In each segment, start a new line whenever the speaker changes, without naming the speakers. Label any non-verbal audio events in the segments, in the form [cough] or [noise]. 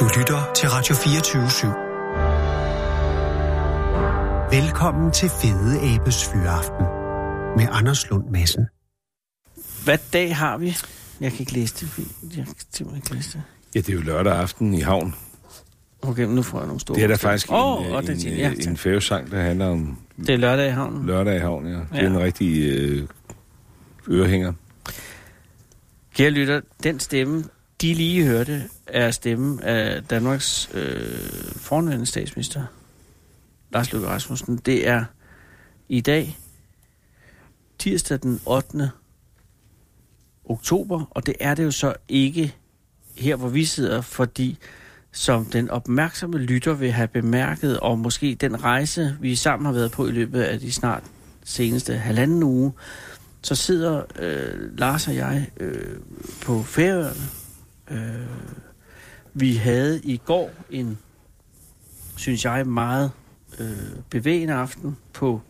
Du lytter til Radio 24 /7. Velkommen til Fede Abes Fyraften med Anders Lund Madsen.
Hvad dag har vi? Jeg kan ikke læse det. fordi Jeg kan simpelthen ikke læse det.
Ja, det er jo lørdag aften i havn.
Okay, men nu får jeg nogle store...
Det er der faktisk en,
Åh,
øh,
og det,
en,
ja,
øh, en
tak.
færgesang, der handler om
det er lørdag i havnen.
lørdag i havn. Ja. Det er
Ja.
en rigtig øh, ørehænger.
Kære lytter, den stemme, de lige hørte, er stemmen af Danmarks øh, fornødende statsminister, Lars Løkke Rasmussen. Det er i dag, tirsdag den 8. oktober, og det er det jo så ikke her, hvor vi sidder, fordi som den opmærksomme lytter vil have bemærket, og måske den rejse, vi sammen har været på i løbet af de snart seneste halvanden uge, så sidder øh, Lars og jeg øh, på Færøerne. Øh, vi havde i går en, synes jeg, meget øh, bevægende aften på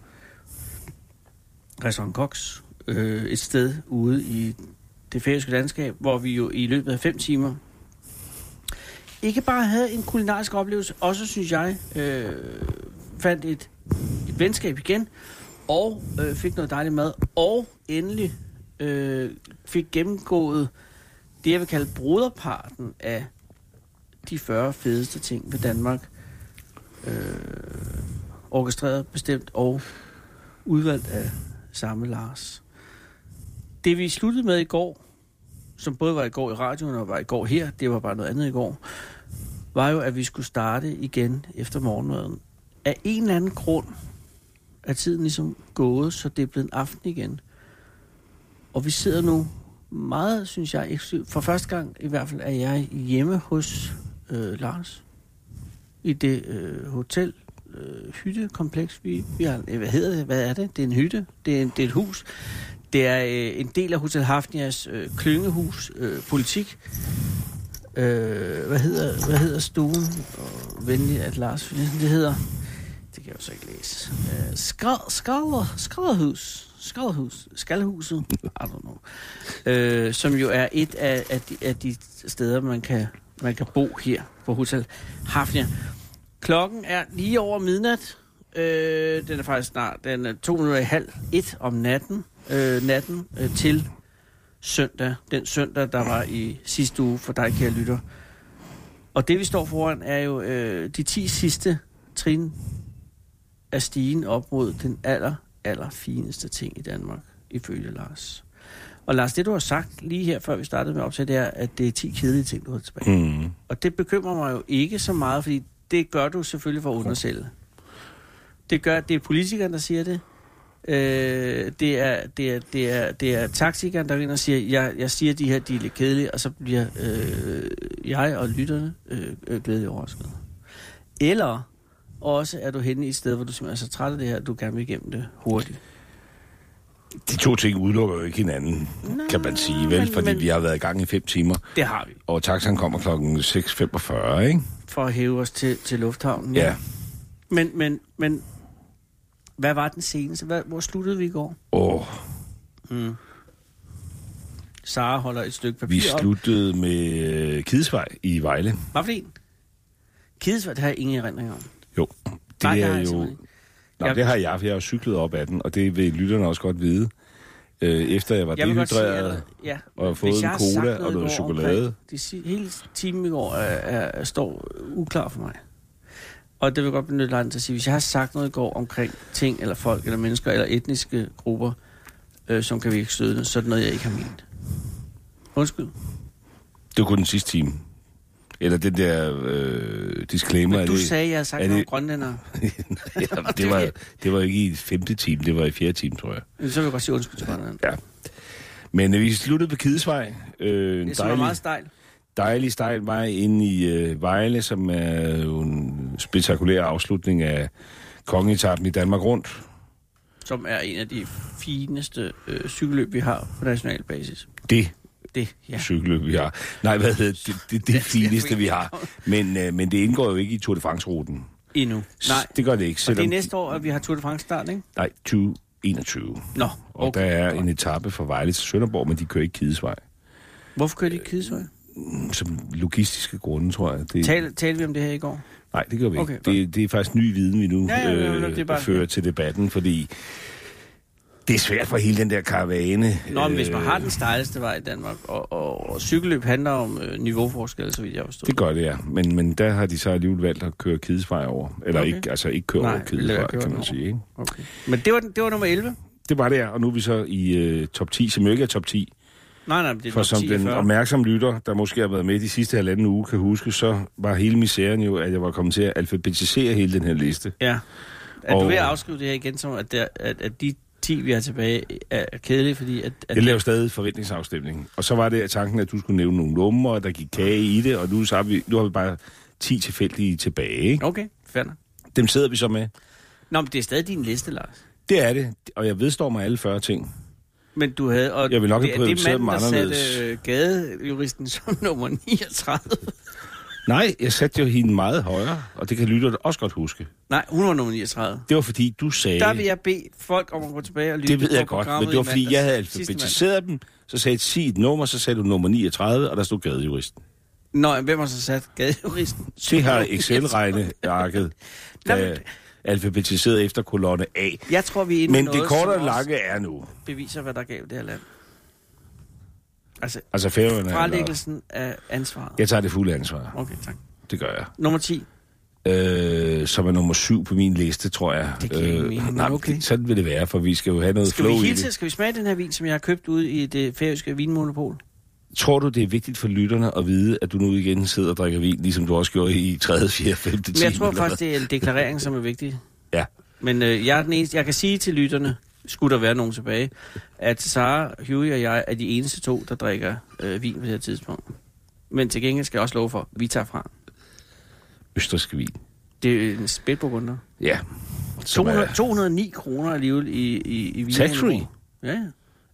Restaurant Cox, øh, et sted ude i det færøske landskab, hvor vi jo i løbet af fem timer ikke bare havde en kulinarisk oplevelse, også synes jeg øh, fandt et, et venskab igen, og øh, fik noget dejlig mad, og endelig øh, fik gennemgået det, jeg vil kalde broderparten af de 40 fedeste ting ved Danmark. Øh, orkestreret, bestemt og udvalgt af samme Lars. Det vi sluttede med i går, som både var i går i radioen og var i går her, det var bare noget andet i går, var jo, at vi skulle starte igen efter morgenmaden. Af en eller anden grund, er tiden ligesom gået, så det er blevet aften igen. Og vi sidder nu meget, synes jeg, eksklusivt. For første gang i hvert fald er jeg hjemme hos øh, Lars. I det øh, hotel, øh, hyttekompleks, vi, vi har. eh, Hvad hedder det? Hvad er det? Det er en hytte. Det er, en, det er et hus. Det er øh, en del af Hotel Hafnias øh, klyngehus øh, politik. Øh, hvad, hedder, hvad hedder stuen? Og venlig at Lars, det hedder... Det kan jeg jo så ikke læse. Øh, skræd, skrædder, skrædderhus. Skrædderhus. Skalhuset. I don't know. Øh, som jo er et af, af, de, af de steder, man kan, man kan bo her på Hotel Hafnia. Klokken er lige over midnat. Øh, den er faktisk snart. Den er to minutter i halv et om natten. Øh, natten øh, til søndag. Den søndag, der var i sidste uge for dig, kære lytter. Og det, vi står foran, er jo øh, de 10 sidste trin er stigen op mod den aller, aller fineste ting i Danmark, ifølge Lars. Og Lars, det du har sagt lige her, før vi startede med opsæt, det er, at det er 10 kedelige ting, du har tilbage. Mm.
Mm.
Og det bekymrer mig jo ikke så meget, fordi det gør du selvfølgelig for at undersælge. Det gør, det er politikeren, der siger det. Øh, det, er, det, er, det, er, det er taktikeren, der går ind og siger, jeg, jeg siger de her, de er lidt kedelige, og så bliver øh, jeg og lytterne øh, øh, glædeligt overrasket. Eller også er du henne i et sted, hvor du simpelthen er så træt af det her, at du gerne vil igennem det hurtigt.
De to ting udelukker jo ikke hinanden,
Nå,
kan man sige, vel?
men-
Fordi
men-
vi har været i gang i fem timer,
Det har vi.
og taxaen kommer klokken 6.45, ikke?
For at hæve os til, til lufthavnen.
Ja.
Men, men, men hvad var den seneste? Hvad, hvor sluttede vi i går?
Og
Sara holder et stykke papir
vi
op.
sluttede med øh, Kidesvej i Vejle.
Hvad for en? Kidesvær, det har jeg ingen erindring om.
Jo, det
Nej, det har
er
jeg
jo...
simpelthen
Nej,
Jeg-
det har jeg, for jeg har jo cyklet op ad den, og det vil lytterne også godt vide. Øh, efter jeg var
Jeg vil godt sige,
dehydreret...
at ja,
og har
hvis
fået
jeg
en
har sagt
cola
noget
og
i
noget
går
chokolade.
omkring De si- hele timen i går er, er, er, står uklar for mig. Og det vil jeg godt benytte lejligheden til at sige, hvis jeg har sagt noget i går omkring ting, eller folk, eller mennesker, eller etniske grupper, øh, som kan virke stødende, så er det noget, jeg ikke har ment. Undskyld.
Det var kun den sidste time. Eller den der øh, disclaimer.
Men
er
du
det,
sagde, at jeg har sagt
er
noget om
det-
grønlændere.
[laughs] ja, det, var, det var ikke i femte time, det var i fjerde time, tror jeg.
Men Så vil jeg godt sige undskyld til grønlænderne.
Ja. Men øh, vi sluttede på Kidesvej. Øh, en
Det er
dejlig,
meget stejl.
dejlig stejl vej ind i øh, Vejle, som er jo en spektakulær afslutning af kongeetappen i Danmark rundt.
som er en af de fineste øh, cykelløb, vi har på national basis.
Det
Det, ja.
ja. cykelløb, vi har. Nej, hvad hedder det? Det, det, det fineste, vi har. Men, øh, men det indgår jo ikke i Tour de France-ruten.
Endnu. Nej.
Det gør det ikke,
Og det er
selvom...
næste år, at vi har Tour de France start, ikke?
Nej, 2021.
Nå,
Og
okay.
okay. der er en etape fra Vejle til Sønderborg, men de kører ikke Kidesvej.
Hvorfor kører de ikke Kidesvej?
som logistiske grunde, tror jeg. Det,
Tal, talte vi om det her i går?
Nej, det gør vi
Okay,
ikke. Det, det er faktisk ny viden, vi nu
Ja, ja, ja,
øh,
det er bare-
fører til debatten, fordi det er svært for hele den der karavane. Øh,
Nå, men hvis man har den stejleste vej i Danmark, og, og, og cykelløb handler om øh, niveauforskel, så vidt jeg forstår.
Det gør det, ja. Men, men der har de så alligevel valgt at køre Kidesvej over. Eller
Okay.
okay. ikke, altså ikke køre
Nej,
Nej, over
vi lader
Kidesvej,
køre
kan
den
man
over.
sige. Ikke?
Okay. Men det var, den- det var nummer 11?
Det var det, ja. Og nu er vi så i øh, top 10, som jo ikke er top 10.
Nej, nej, men det er
For
nummer
som
10 den,
den opmærksomme lytter, der måske har været med de sidste halvanden uge, kan huske, så var hele misæren jo, at jeg var kommet til at alfabetisere hele den her liste.
Ja. Er du
Og-
ved at afskrive det her igen, som at, der, at, at de 10, vi har tilbage, er kedelige, fordi at... at
Jeg laver stadig forventningsafstemning. Og så var det at tanken, at du skulle nævne nogle numre, der gik kage i det, og nu, så har, vi, nu har vi bare 10 tilfældige tilbage. Ikke?
Okay, fair nok.
Dem sidder vi så med.
Nå, men det er stadig din liste, Lars.
Det er det, og jeg vedstår mig alle 40 ting.
Men du havde... Og
Jeg ville nok have
det, er det
prioriteret
manden,
dem
der
anderledes.
satte øh, gadejuristen som [laughs] nummer 39.
Nej, jeg satte jo hende meget højere, og det kan lytterne også godt huske.
Nej, hun var nummer 39.
Det var fordi, du sagde...
Der vil jeg bede folk om at gå tilbage og lytte
det ved jeg
på
godt, men
programmet
det var
i
fordi,
mandags.
jeg havde
Sidste mandag.
alfabetiseret dem, så sagde jeg, sig et nummer, så sagde du nummer 39, og der stod gadejuristen.
Nå, men hvem har så sat gadejuristen?
[laughs] Det
[laughs]
har Excel-regnearket,
Nå,
der
men-
alfabetiseret efter kolonne A.
Jeg tror, vi er inde i
Men
noget,
det korte
som
og
også
lange er nu.
beviser, hvad der gav det her land. Altså,
Altså færøerne er langt.
fralæggelsen af ansvaret.
Jeg tager det fulde ansvar.
Okay, tak.
Det gør jeg.
Nummer 10.
Øh, som er nummer syv på min liste, tror jeg. Øh,
Det giver ingen mening, men
nej, men
okay.
det- Sådan vil det være, for vi skal jo have noget
Skal
flow
vi,
i
hilse,
det.
skal vi smage den her vin, som jeg har købt ude i det færøske vinmonopol?
Tror du, det er vigtigt for lytterne at vide, at du nu igen sidder og drikker vin, ligesom du også gjorde i 3., 4., 5. time?
Men jeg tror
eller
faktisk,
[laughs]
det er en deklarering, som er vigtig.
hvad? Ja.
Men øh, jeg er den eneste, jeg kan sige til lytterne, skulle der være nogen tilbage, at Sara, Huey og jeg er de eneste to, der drikker øh, vin på det her tidspunkt. Men til gengæld skal jeg også love for, at vi tager fra.
Østrisk vin.
Det er en spætburgunder.
Ja. Som
200,
er,
209 kroner alligevel i, i, i vin.
Tax-free?
Ja, ja.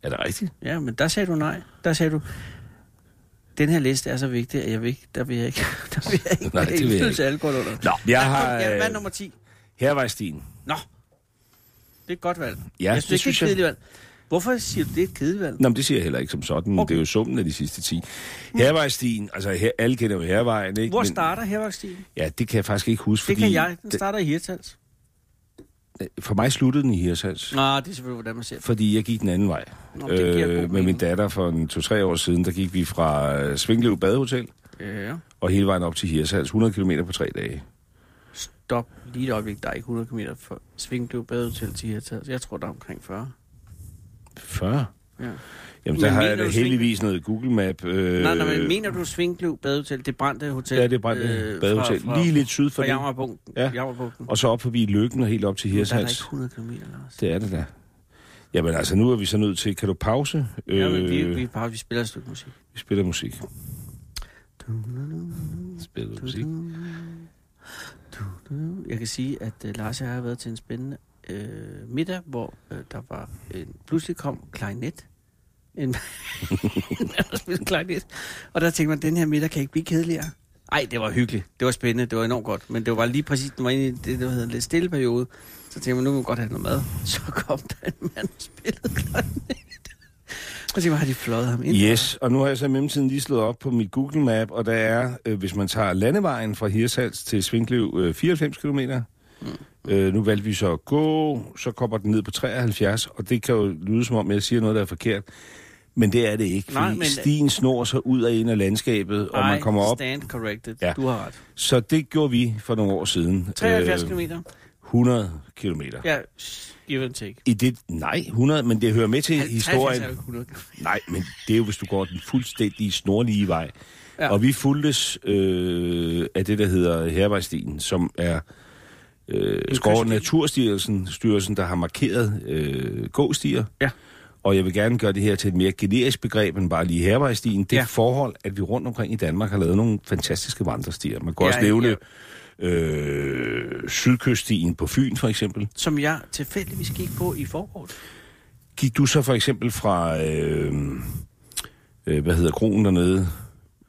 er det rigtigt?
Ja, men der sagde du nej. Der sagde du, den her liste er så vigtig, at jeg vil ikke, der vil jeg ikke, [laughs] der vil jeg ikke
Nej,
have
det vil jeg
indflydelse af alkohol under.
Nå, jeg har...
Ja, hvad er
Øh,
nummer 10?
Hervejstien.
Nå, det er et godt valg.
Ja,
jeg synes,
det
det, er
synes
et
jeg.
kedeligt valg. Hvorfor siger du, det er et kedeligt valg?
Nå, men det siger jeg heller ikke som sådan.
Okay. Hmm.
Okay. Det er jo summen af de sidste 10. Hervejstien, altså her, alle kender jo hervejen, ikke?
Hvor
Men-
starter herværkstilen?
Ja, det kan jeg faktisk ikke huske,
Det
fordi...
kan jeg. Den starter i Hirtals.
d- For mig sluttede den i Hirsals.
Nå, Ah, det er selvfølgelig, hvordan man ser det.
Fordi jeg gik den anden vej. Øh,
Nå, det giver god
med min
mening.
datter for en to-tre år siden, der gik vi fra øh, Svingløv Badehotel
Ja.
og hele vejen op til Hirsals. 100 km på tre dage.
Stop lige et øjeblik. Der er ikke 100 km for Svingblev Badehotel til Hirtals. Jeg tror, der er omkring 40.
40?
Ja.
Jamen,
Men
der har
mener
jeg da
du
heldigvis noget Google Map. Øh,
Nej, nej, men mener du Svingblev Badehotel, det brændte hotel?
Ja, det brændte øh, badehotel.
Fra, fra,
Lige lidt syd for
fra
det.
Jammerbugten. Ja.
Ja.
Jammerbugten.
Og så op forbi Lykken og helt op til
Der er der
Hirsals.
ikke 100 km, Lars.
Det er det da. Jamen altså, nu er vi så nødt til... Kan du pause? Øh,
Ja, men vi, vi, Mm. bare, vi spiller et stykke musik.
vi spiller musik. Spiller musik.
Jeg kan sige, at uh, Lars og jeg har været til en spændende uh, middag, hvor uh, der var en, pludselig kom klarinet. En [laughs] mand, der spillede klarinet. Og der tænkte man, den her middag kan ikke blive kedeligere. Ej, det var hyggeligt. Det var spændende. Det var enormt godt. Men det var lige præcis, den var inde i det, der hedder en lidt stille periode. Så tænkte man, nu kan vi godt have noget mad. [laughs] Så kom der en mand og spillede klarinet. Og så tænkte man, har de fløjet ham ind?
Yes, og nu har jeg så i mellemtiden lige slået op på mit Google Map, og der er, øh, hvis man tager landevejen fra Hirsals til Svinkløv, øh, 94 km.
Mm.
Øh, nu valgte vi så at gå, så kommer den ned på 73, og det kan jo lyde som om, jeg siger noget, der er forkert. Men det er det ikke,
Nej,
fordi
men-
stien snor sig ud af en af landskabet, og man
I
kommer op.
stand corrected. Ja.
Ja. Øh,
Du har ret.
Så det gjorde vi for nogle år siden.
73
Øh,
km.
100 km.
Ja, s- give and take.
I det, nej, 100, men det hører med til
50
historien.
er jo ikke 100 km.
Nej, men det er jo, hvis du går den fuldstændig snorlige vej.
Ja.
Ja. Og vi fuldtes øh, af det, der hedder Hervejstien, som er øh, Skov
kyststi.
Naturstyrelsen, styrelsen, der har markeret øh, gåstier.
Ja.
Og jeg vil gerne gøre det her til et mere generisk begreb end bare lige Hervejstien. Det
Ja.
ja. forhold, at vi rundt omkring i Danmark har lavet nogle fantastiske vandrestier. Man
Ja,
kan også nævne øh, Sydkyststien på Fyn, for eksempel.
Som jeg tilfældigvis gik på i foråret.
Gik du så for eksempel fra, øh, øh, hvad hedder kronen dernede,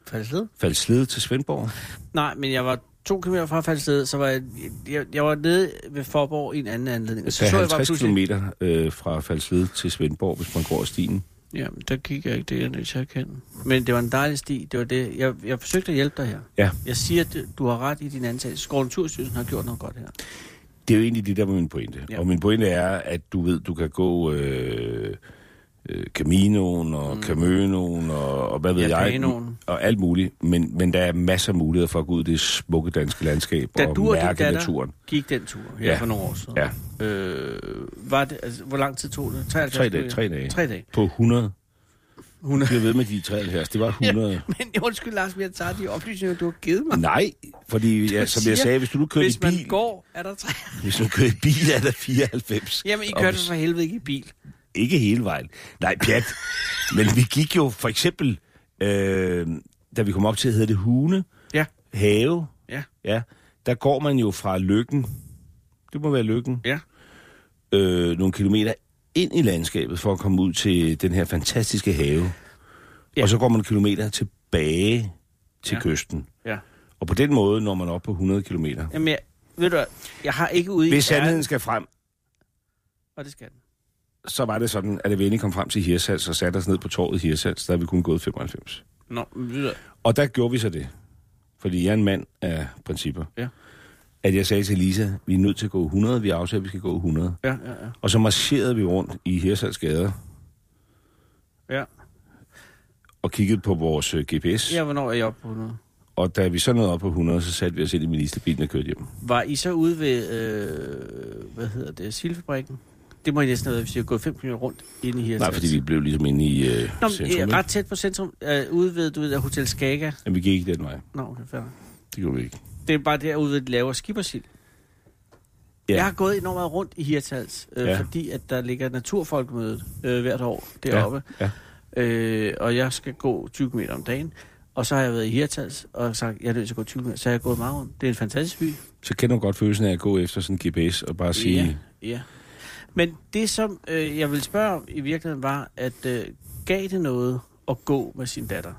Faldsted?
Falslede til Svendborg?
Nej, men jeg var to kilometer fra Faldsted, så var jeg, jeg, jeg var nede ved Forborg i en anden anledning. Og
Så
så jeg bare
50 km øh, fra Falslede til Svendborg, hvis man går af stien.
Jamen, der gik jeg ikke det, jeg nødt til at erkende. Men det var en dejlig sti. Det var det. Jeg, jeg forsøgte at hjælpe dig her.
Ja.
Jeg siger, at du har ret i din antagelse. Skåre Naturstyrelsen har gjort noget godt her.
Det er jo egentlig det, der var min pointe.
Ja.
Ja. Og min pointe er, at du ved, du kan gå øh, øh, Caminoen og mm. Camønoen og, og hvad ved
Japanoen.
jeg. Og alt muligt. Men, men der er masser af muligheder for at gå ud i det smukke danske landskab
Da
og
du og din
mærke
datter
naturen.
gik den tur her ja.
Ja.
for nogle år siden,
Ja,
øh, var det, altså, hvor lang tid tog det? 73
Tre dage,
kilometer?
tre dage.
Tre dage.
på 100.
100.
Jeg bliver ved med de 73. Det var 100.
[laughs] Men undskyld, Lars, men jeg tager de oplysninger, du har givet mig.
Nej,
[laughs]
fordi ja, som
siger,
jeg sagde, hvis du nu kører i
Hvis man
bil,
går, er der tre. [laughs]
hvis du kører i bil, er der 94.
Jamen, I
Og
kørte
hvis-
for helvede ikke i bil.
Ikke hele vejen. Nej, pjat. Men vi gik jo for eksempel, øh, da vi kom op til, hedder det Hune
Ja,
Have.
ja,
Ja, der går man jo fra Lykken, det må være Lykken,
ja.
øh, nogle kilometer ind i landskabet for at komme ud til den her fantastiske have.
Ja.
Ja. Og så går man kilometer tilbage til
Ja.
ja. kysten.
ja.
Og på den måde når man op på 100 kilometer.
Jamen, jeg, ved du hvad, jeg har ikke ude i
Hvis sandheden
ærligt,
skal frem,
Og det skal den.
så var det sådan, at da vi endelig kom frem til Hirsals og satte os ned på torvet i Hirsals, der havde vi kun gået 95.
Nå, men ved du hvad,
Og der gjorde vi så det, fordi jeg er en mand af principper,
Ja.
at jeg sagde til Lisa, vi er nødt til at gå 100, vi aftaler, at vi skal gå 100.
ja, ja, ja.
Og så marcherede vi rundt i Hirsals gader
ja.
og kiggede på vores øh, GPS.
Ja, hvornår er jeg oppe på noget?
Og da vi så nåede op på 100, så satte vi os ind i ministerbilen og kørte hjem.
Var I så ude ved, øh, hvad hedder det, Silfabrikken? Det må I næsten have været, hvis I har gået 5 km rundt inde i her.
Nej, fordi vi blev ligesom inde i øh,
Nå,
centrum.
men,
ikke?
øh, ret tæt på centrum, øh, ude ved, du ved, der Hotel Skaga.
Men vi gik ikke den vej.
Nå, okay, fair. nok.
Det gjorde vi ikke.
Det er bare derude, ved, de laver skibersild. Ja.
Ja.
Jeg har gået enormt meget rundt i Hirtals, øh, ja.
Ja.
fordi at der ligger Naturfolkemødet øh, hvert år deroppe.
ja.
Øh, og jeg skal gå 20 km om dagen. Og så har jeg været i Hirtals og sagt, jeg er nødt til at gå 20 km. Så har jeg gået meget rundt. Det er en fantastisk by.
Så kender du godt følelsen af at gå efter sådan en GPS og bare sige...
Ja, ja. Men det, som øh, jeg ville spørge om i virkeligheden, var, at øh, gav det noget at gå med sin datter?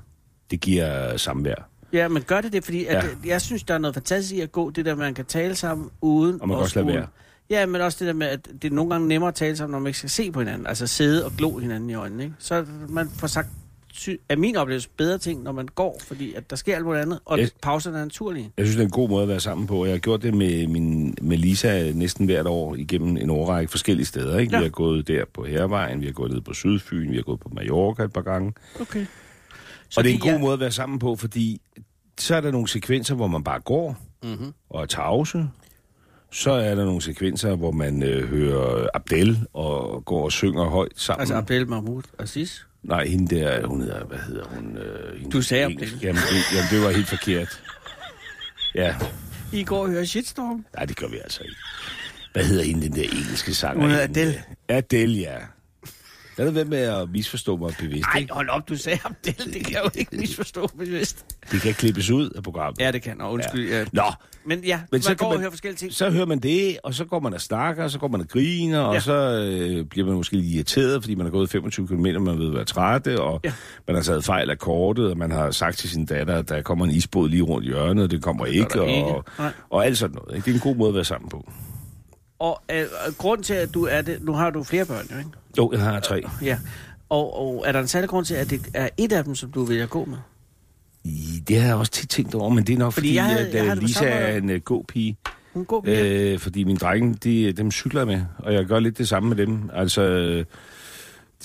Det giver samvær.
Ja, men gør det det, fordi at,
Ja.
ja. jeg synes, der er noget fantastisk i at gå, det der, man kan tale sammen uden
Og man kan
at
også lade
skulle-
være.
Ja, men også det der med, at det er nogle gange nemmere at tale sammen, når man ikke skal se på hinanden. Altså sidde og glo hinanden i øjnene, ikke? Så man får sagt, sy- er min oplevelse bedre ting, når man går, fordi at der sker alt muligt andet, og
Jeg-
pauserne er naturlige.
Jeg synes, det er en god måde at være sammen på. og Jeg har gjort det med, min, med Lisa næsten hvert år igennem en årrække forskellige steder. Ikke? Ja.
Ja.
Vi har gået der på Hervejen, vi har gået ned på Sydfyn, vi har gået på Mallorca et par gange.
Okay.
Så og det er en god måde at være sammen på, fordi så er der nogle sekvenser, hvor man bare går
Mm-hmm.
og er tavse. Så er der nogle sekvenser, hvor man øh, hører Abdel og går og synger højt sammen.
Altså Abdel Mahmoud Aziz.
Nej, hende der, hun hedder, hvad hedder hun? Øh, hende,
Du sagde
engelsk.
Abdel.
Jamen det, jamen, det var helt forkert. Ja,
I går og hører shitstorm.
Nej, det gør vi altså ikke. Hvad hedder hende, den der engelske sanger?
Hun hedder Adele.
Adele, ja. Lad det være med at misforstå mig bevidst.
Nej,
ikke?
hold op, du sagde Abdel. Det kan jeg jo ikke misforstå bevidst.
Det kan klippes ud af programmet.
Ja, det kan. Og undskyld. Ja.
Nå,
Men ja, men
Men
man
så
så
kan
går man... og
man-
hører forskellige ting.
så hører man det, og så går man og snakker, og så går man og griner, og
Ja.
så øh, bliver man måske lidt irriteret, fordi man har gået 25 km, og man ved at være træt, og
Ja.
ja. man har taget fejl af kortet, og man har sagt til sin datter, at der kommer en isbåd lige rundt hjørnet, og det kommer ikke,
der
og,
ikke. Nej.
og alt sådan noget. Ikke? Det er en god måde at være sammen på.
Og øh, øh, grund til, at du er det... Nu har du flere børn, jo, ikke?
Jo, jeg har tre.
Ja. Og, og er der en særlig grund til, at det er et af dem, som du vælger at gå med?
I, det har jeg også tit tænkt over, men det er nok
Fordi
fordi, fordi
jeg havde-
at,
jeg
jeg
havde det på
Lisa
samme
er
måde.
en uh, god pige.
Hun går med. Øh...
Øh, fordi mine drenge, de, dem cykler jeg med, og jeg gør lidt det samme med dem. Altså, øh,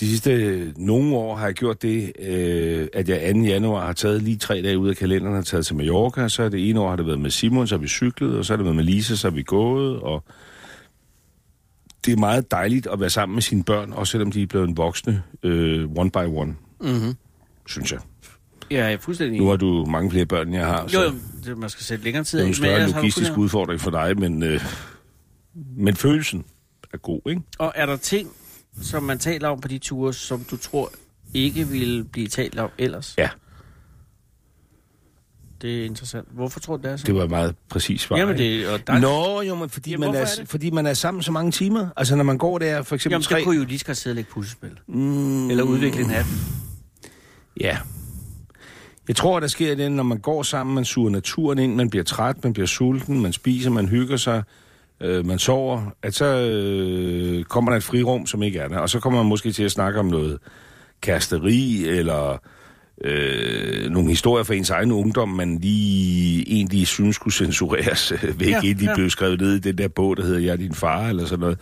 de sidste øh, nogle år har jeg gjort det, øh, at jeg 2. januar har taget lige tre dage ud af kalenderen og taget til Mallorca. Så er det ene år har det været med Simon, så har vi cyklet, og så har det været med Lisa, så har vi gået. Og det er meget dejligt at være sammen med sine børn, også selvom de er blevet voksne, øh, one by one,
Mm-hmm.
synes jeg.
Ja, jeg er fuldstændig
Nu
enig.
har du mange flere børn, end jeg har.
Jo, jo, det, man skal sætte længere tid.
Det er
af,
en
men
større
ellers har du
logistisk
fuldstændig-
udfordring for dig, men, øh, men følelsen er god, ikke?
Og er der ting, som man taler om på de ture, som du tror ikke ville blive talt om ellers?
Ja.
Det er interessant. Hvorfor tror du, det er sådan?
Det var et meget præcis svar.
Jamen,
ikke?
det er og dejligt.
Nå, jo, men fordi,
Jamen,
man
hvorfor
er,
er det?
fordi man er sammen så mange timer. Altså, når man går der, for eksempel
Jamen,
tre...
så kunne I jo lige så godt sidde og lægge puslespil.
Mm,
Eller udvikle en app.
Ja. Jeg tror, der sker det, når man går sammen, man suger naturen ind, man bliver træt, man bliver sulten, man spiser, man hygger sig, øh, man sover, at så øh, kommer der et frirum, som ikke er der. Og så kommer man måske til at snakke om noget kæresteri, eller øh, nogle historier fra ens egen ungdom, man lige egentlig synes skulle censureres øh, væk,
Ja,
ja, inden de
ja.
ja. blev skrevet ned i den der bog, der hedder Jeg er din far, eller sådan noget.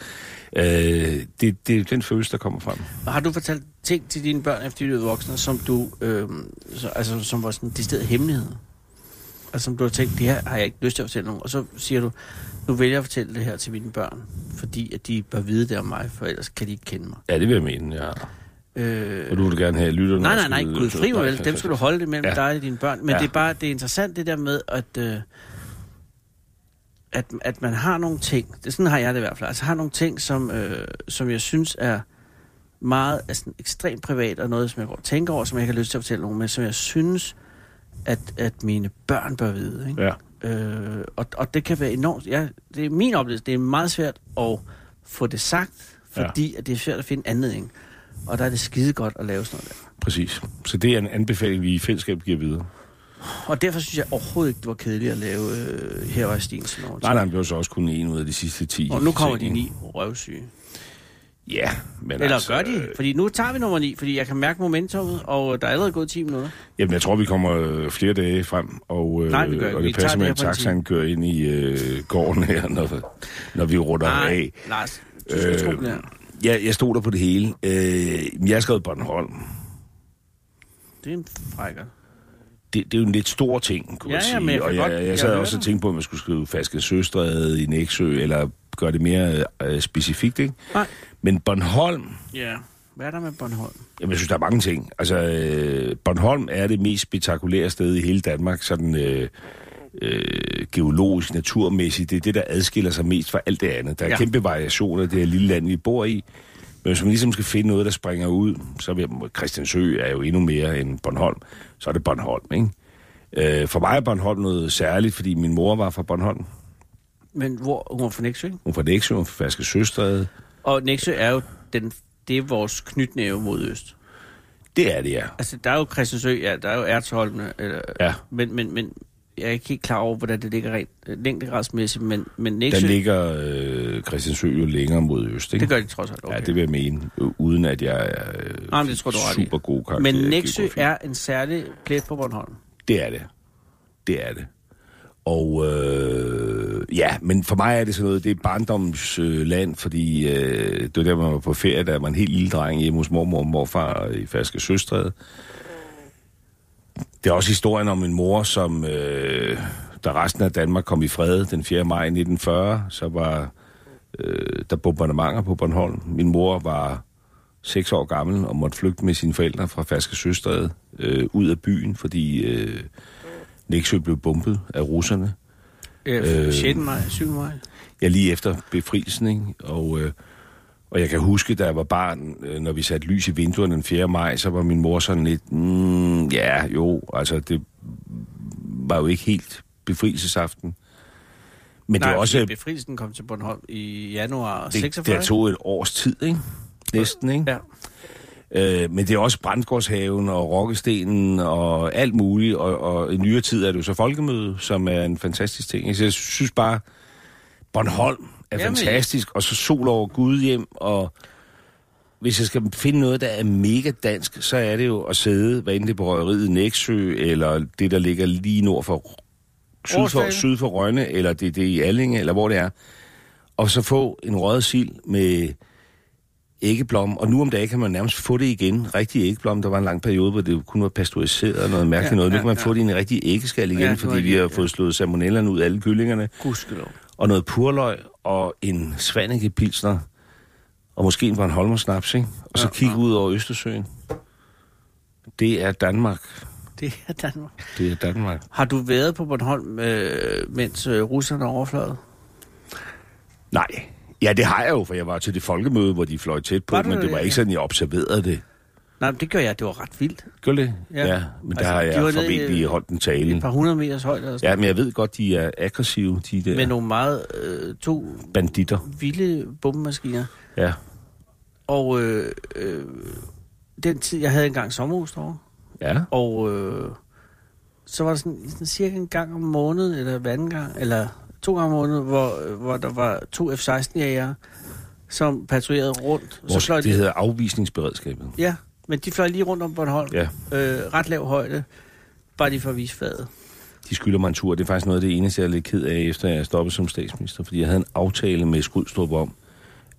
Øh, det, det er den følelse, der kommer frem.
Har du fortalt ting til dine børn, efter de er blevet voksne, som du, øh, så, altså, som var sådan decideret hemmeligheder? Altså, som du har tænkt, det her har jeg ikke lyst til at fortælle nogen. Og så siger du, nu vælger jeg at fortælle det her til mine børn, fordi at de bør vide det om mig, for ellers kan de ikke kende mig.
Ja, det vil jeg mene, ja.
Øh,
Og du vil gerne have lytterne...
nej, nej,
også
nej,
skal-
gud fri mig vel.
Nej,
Dem skal du holde det mellem ja.
Ja.
dig og dine børn. Men ja.
Ja.
det er bare, det er interessant det der med, at, øh, at, at man har nogle ting, det, sådan har jeg det i hvert fald, altså har nogle ting, som, øh, som jeg synes er meget er sådan ekstremt privat, og noget, som jeg går og tænker over, som jeg ikke har lyst til at fortælle nogen, men som jeg synes, at, at mine børn bør vide. Ikke?
Ja.
Øh, og, og det kan være enormt... Ja, det er min oplevelse. Det er meget svært at få det sagt,
Ja.
fordi ja. at det er svært at finde anledning. Og der er det skide godt at lave sådan noget der.
Præcis. Så det er en anbefaling, vi i fællesskab giver videre.
Og derfor synes jeg overhovedet ikke, det var kedeligt at lave øh, Her var Stien sådan noget.
Nej, nej, det var så også kun en ud af de sidste 10.
Og nu kommer de
ting, ikke?
ni røvsyge.
Ja, men
Eller
altså,
gør de?
øh,
Fordi nu tager vi nummer 9, fordi jeg kan mærke momentummet, og der er allerede gået 10 minutter.
Jamen, jeg tror, vi kommer øh, flere dage frem, og, øh,
Nej, vi gør ikke.
og
Vi
det
tager det
passer med,
her
at
på en
taxaen kører ind i øh, gården her, [laughs] når, når vi runder af.
Lars, du skal
Øh,
tro på det her.
Jeg, jeg stod der på det hele. Øh, jeg har skrevet Bornholm.
Det er en frækker.
Det, det er jo en lidt stor ting, kunne
Ja,
jeg
ja,
sige.
men jeg kan
og jeg,
godt-
jeg,
jeg
jeg sad
hører
også og
dig.
tænkte på, om jeg skulle skrive Faske Søstræde i Næksø, eller gøre det mere øh, specifikt, ikke?
Nej.
Men Bornholm,
Ja. Hvad er der med Bornholm?
Jamen, jeg synes, der er mange ting. Altså, øh, Bornholm er det mest spektakulære sted i hele Danmark, sådan øh, øh, geologisk, naturmæssigt. Det er det, der adskiller sig mest fra alt det andet. Der er
Ja.
ja. kæmpe variationer i det her lille land, vi bor i. Men hvis man ligesom skal finde noget, der springer ud, så vil jeg- Christiansø er jo endnu mere end Bornholm. Så er det Bornholm, ikke? Øh, for mig er Bornholm noget særligt, fordi min mor var fra Bornholm.
Men hvor, hun var fra Nexø, ikke?
Hun var fra Nexø, hun var fra Faske Søstræde.
Og Nexø er jo den, det er vores knytnæve mod øst.
Det er det, ja.
Altså, der er jo Christiansø, ja, der er jo Ertholmene, eller,
Ja.
men, men, men jeg er ikke helt klar over, hvordan det ligger rent øh, længdegradsmæssigt, men, men Nexø,
Der ligger øh, Christiansø jo længere mod øst, ikke?
det gør de trods alt. Okay.
Okay. Ja, det vil jeg mene, øh, uden at jeg er øh,
Nej, men det tror du ret i.
super god karakter.
men
i
Nexø
geografi.
er en særlig plet på Bornholm.
Det er det. Det er det. Og øh, ja, men for mig er det sådan noget, det er barndomsland, øh, land, fordi øh, det var der, man var på ferie, der var en helt lille dreng hjemme hos mormor og morfar i Ferske Søstræde. Det er også historien om en mor, som øh, da resten af Danmark kom i fred den 4. maj 1940, så var øh, der bombardementer på Bornholm. Min mor var seks år gammel og måtte flygte med sine forældre fra Ferske Søstræde øh, ud af byen, fordi øh, Nexø blev bombet af russerne.
Øh, 6. maj, 7. maj.
Ja, lige efter befrielsen, ikke? Og, øh, og jeg kan huske, da jeg var barn, øh, når vi satte lys i vinduerne den 4. maj, så var min mor sådan lidt, mm, ja, jo, altså det var jo ikke helt befrielsesaften. Men
Nej,
det var også...
fordi Befrielsen kom til Bornholm i januar
Det,
46.
det tog et års tid, ikke? Næsten, ikke?
Ja.
Øh, men det er også Brandgårdshaven og Rokkestenen og alt muligt, og, og i nyere tid er det jo så folkemøde, som er en fantastisk ting. ikke? Så jeg synes bare, Bornholm er
Jamen.
Jamen. fantastisk, og så sol over Gud hjem, og hvis jeg skal finde noget, der er mega dansk, så er det jo at sidde, hvad enten det er på røgeriet i Næksø, eller det, der ligger lige nord for syd for,
Årsdale.
syd for Rønne, eller det, det er i Allinge, eller hvor det er, og så få en røget sild med æggeblom, og nu om dagen kan man nærmest få det igen, rigtig æggeblom. Der var en lang periode, hvor det kun var pasteuriseret og noget mærkeligt
Ja,
ja, noget. Nu
ja,
kan man
ja.
ja. få det i en rigtig æggeskal igen,
Ja,
ja,
det var
fordi vi
ikke-
har fået slået salmonellaen ud af alle kyllingerne,
Gudskelov.
og noget purløg, og en svanekepilsner, og måske en Bornholmersnaps, ikke? Og så
Ja,
kigge ud over Østersøen. Det er Danmark.
Det er Danmark.
Det er Danmark.
Har du været på Bornholm, øh, mens øh, russerne overfløjede?
Nej. Ja, det har jeg jo, for jeg var til det folkemøde, hvor de fløj tæt på,
Var
var
du
det, men
det?
det var ikke sådan, jeg observerede det.
Nej, men det gør jeg. Det var ret vildt.
Gør det?
Ja.
Ja. ja men
Altså,
altså, der har
de
jeg
var nede i-
formentlig holdt en
Et
tale.
par hundrede meters højde. Og sådan.
Ja, men jeg ved godt, de er aggressive, de der
Ja. Med nogle meget, øh, to
banditter.
vilde bombemaskiner.
Ja.
Og øh, øh, den tid, jeg havde engang sommerhus derovre,
Ja.
og øh, så var der sådan, sådan cirka en gang om måneden, eller hver anden gang, eller to gange om måneden, hvor, øh, hvor der var to F-16-jæger, som patruljerede rundt.
Vores,
fløj
det hedder afvisningsberedskabet.
Ja, Men de fløj lige rundt om Bornholm.
Ja.
Øh, ret lav højde. Bare lige for at vise fladet.
De skylder mig en tur. Det er faktisk noget af det eneste, jeg er lidt ked af, efter jeg stoppede som statsminister. Fordi jeg havde en aftale med Skrydstrup om,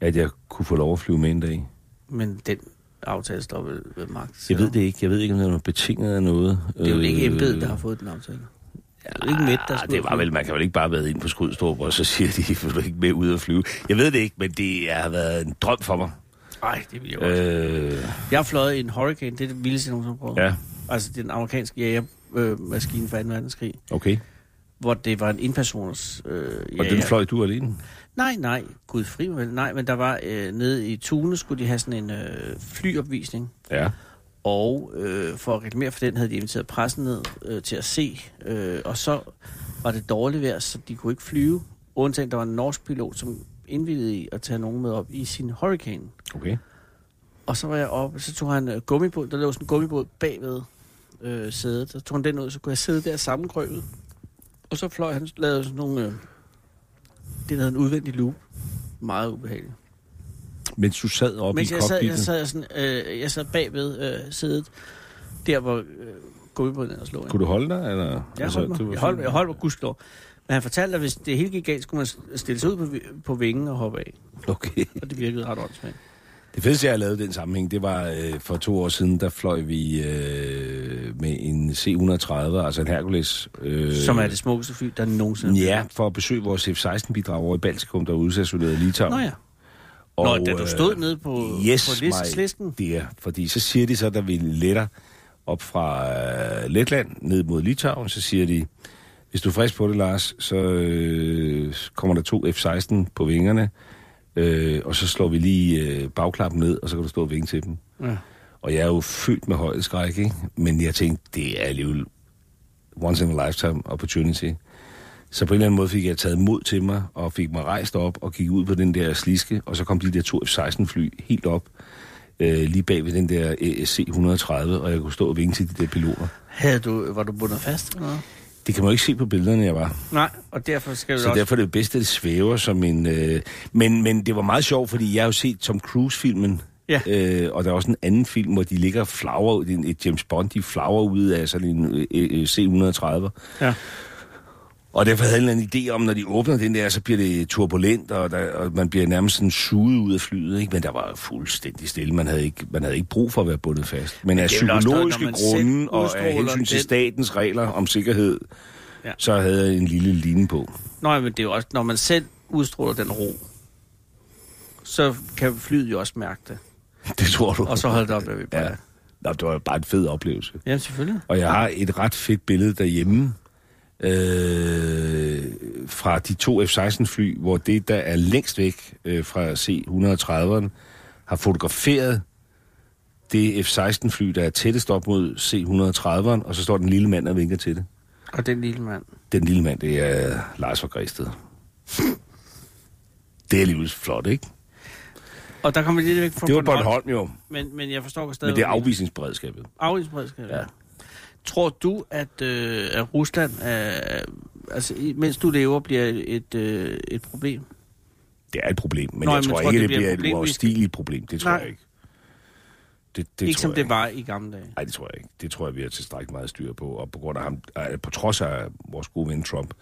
at jeg kunne få lov at flyve med en dag.
Men den aftale står ved, ved magt.
Jeg ved det ikke. Jeg ved ikke, om det er noget betinget af noget.
Det er jo ikke embedet, der har fået den aftale. Det er jo ikke Mette, der
Ah,
skulle
det var
flyve.
vel, man kan vel ikke bare have været inde på Skrydstrup, og så siger de, [laughs] at du ikke med ud at flyve. Jeg ved det ikke, men det har været en drøm for mig.
Nej, det vil jeg godt.
Øh,
Jeg har fløjet en Hurricane. Det er det vildeste, jeg nogensinde har prøvet.
ja,
Altså, det er den amerikanske jægermaskine øh, fra 2. verdenskrig.
okay.
Hvor det var en indpersoners øh,
Og den fløj du alene?
Nej, nej. Gud fri mig vel. Nej, men der var øh, nede i Tune, skulle de have sådan en øh, flyopvisning.
Ja.
Og øh, for at reklamere for den, havde de inviteret pressen ned øh, til at se. Øh, og så var det dårligt vejr, så de kunne ikke flyve. Undtagen, der var en norsk pilot, som indvilligede i at tage nogen med op i sin Hurricane.
Okay.
Og så var jeg oppe, så tog han øh, gummibåd. Der lå sådan en gummibåd bagved øh, sædet. Så tog han den ud, så kunne jeg sidde der sammenkrøbet. Og så fløj han, lavede sådan nogle... Øh, det der hedder en udvendig loop. Meget ubehageligt.
Mens du sad oppe i
Mens jeg sad,
cockpitten?
jeg sad, sådan, øh, jeg sad bagved øh, sædet, der hvor øh, gummibåden ellers lå. ikke?
Kunne du holde dig? Eller?
Jeg holdt
det
mig,
var
jeg holdt,
sådan-
jeg holdt mig gudskelov. Men han fortalte, at hvis det hele gik galt, skulle man s- stille sig ud på, vi- på vingen og hoppe af.
Okay.
Og det virkede ret åndssvagt.
Det fedeste, jeg har lavet i den sammenhæng, det var øh, for to år siden, der fløj vi øh, med en C-130, altså en Hercules. Øh,
Øh. Som er det smukkeste fly, der nogensinde er
Ja, for at besøge vores F-16-bidrag over i Baltikum, der er udstationeret i Litauen.
Nå ja. Nå, da du stod nede på-
øh, yes,
på lis-
my
slisken.
dear, fordi så siger de så, da vi letter op fra øh, Letland ned mod Litauen, så siger de, hvis du er frisk på det, Lars, så øh, kommer der to F-16 på vingerne, øh, og så slår vi lige øh, bagklappen ned, og så kan du stå og vinke til dem.
Ja.
Og jeg er jo født med højdeskræk, ikke? Men jeg tænkte, det er alligevel once in a lifetime opportunity. Så på en eller anden måde fik jeg taget mod til mig, og fik mig rejst op og gik ud på den der sliske, og så kom de der to F-16-fly helt op, øh, lige bag ved den der øh, C-130, og jeg kunne stå og vinke til de der piloter.
Havde du, var du bundet fast eller noget?
Det kan man jo ikke se på billederne, jeg var.
Nej, og derfor skal du
Så
også...
derfor er det jo bedst, at det svæver som en... Øh... Men, men det var meget sjovt, fordi jeg har jo set Tom Cruise-filmen,
Ja.
øh, og der er også en anden film, hvor de ligger og flagrer, ud- det er en- et James Bond, de flagrer ud af sådan en øh, øh, C-130.
Ja.
Og derfor havde jeg en eller anden idé om, når de åbner den der, så bliver det turbulent, og, der, og man bliver nærmest sådan suget ud af flyet. Ikke? Men der var fuldstændig stille. Man havde, ikke, man havde ikke brug for at være bundet fast. Men af
det er vel også noget, når man
psykologiske grunde
selv
og
udstråler
af hensyn til
den-
statens regler om sikkerhed,
Ja.
ja. så havde jeg en lille line på. [laughs]
Nå, ja, men det er jo også, når man selv udstråler den ro, så kan flyet jo også mærke det.
Det tror du.
Og så holde det op, hvad vi plejer.
Ja. Nå, det var bare en fed oplevelse.
Jamen, selvfølgelig.
Og jeg har et ret fedt billede derhjemme øh, fra de to F-16-fly, hvor det, der er længst væk øh, fra C-130'eren, har fotograferet det F-16-fly, der er tættest op mod C-130'eren, og så står den lille mand og vinker til det.
Og den lille mand.
Den lille mand, det er Lars fra Græsted. Det er alligevel flot, ikke?
Og der kommer vi lidt væk fra
Det var Bornholm jo,
Men, men jeg forstår godt stadig...
men det er afvisningsberedskabet.
Afvisningsberedskab. Ja.
Ja.
Tror du, at, øh, at Rusland, er, altså, i- mens du lever, bliver et, øh, et problem?
Det er et problem, men
Nå,
jeg
men
tror
tror
ikke,
du,
det
det bliver
bliver
et
et
problem, hvis-
uoverstigeligt problem. Det tror
Nej.
jeg ikke. Det, det
ikke som
tror jeg
det var i gamle dage.
Nej, det tror jeg ikke. Det tror jeg, vi har tilstrækkeligt meget styr på. Og på, grund af ham, ej, på trods af vores gode ven Trump,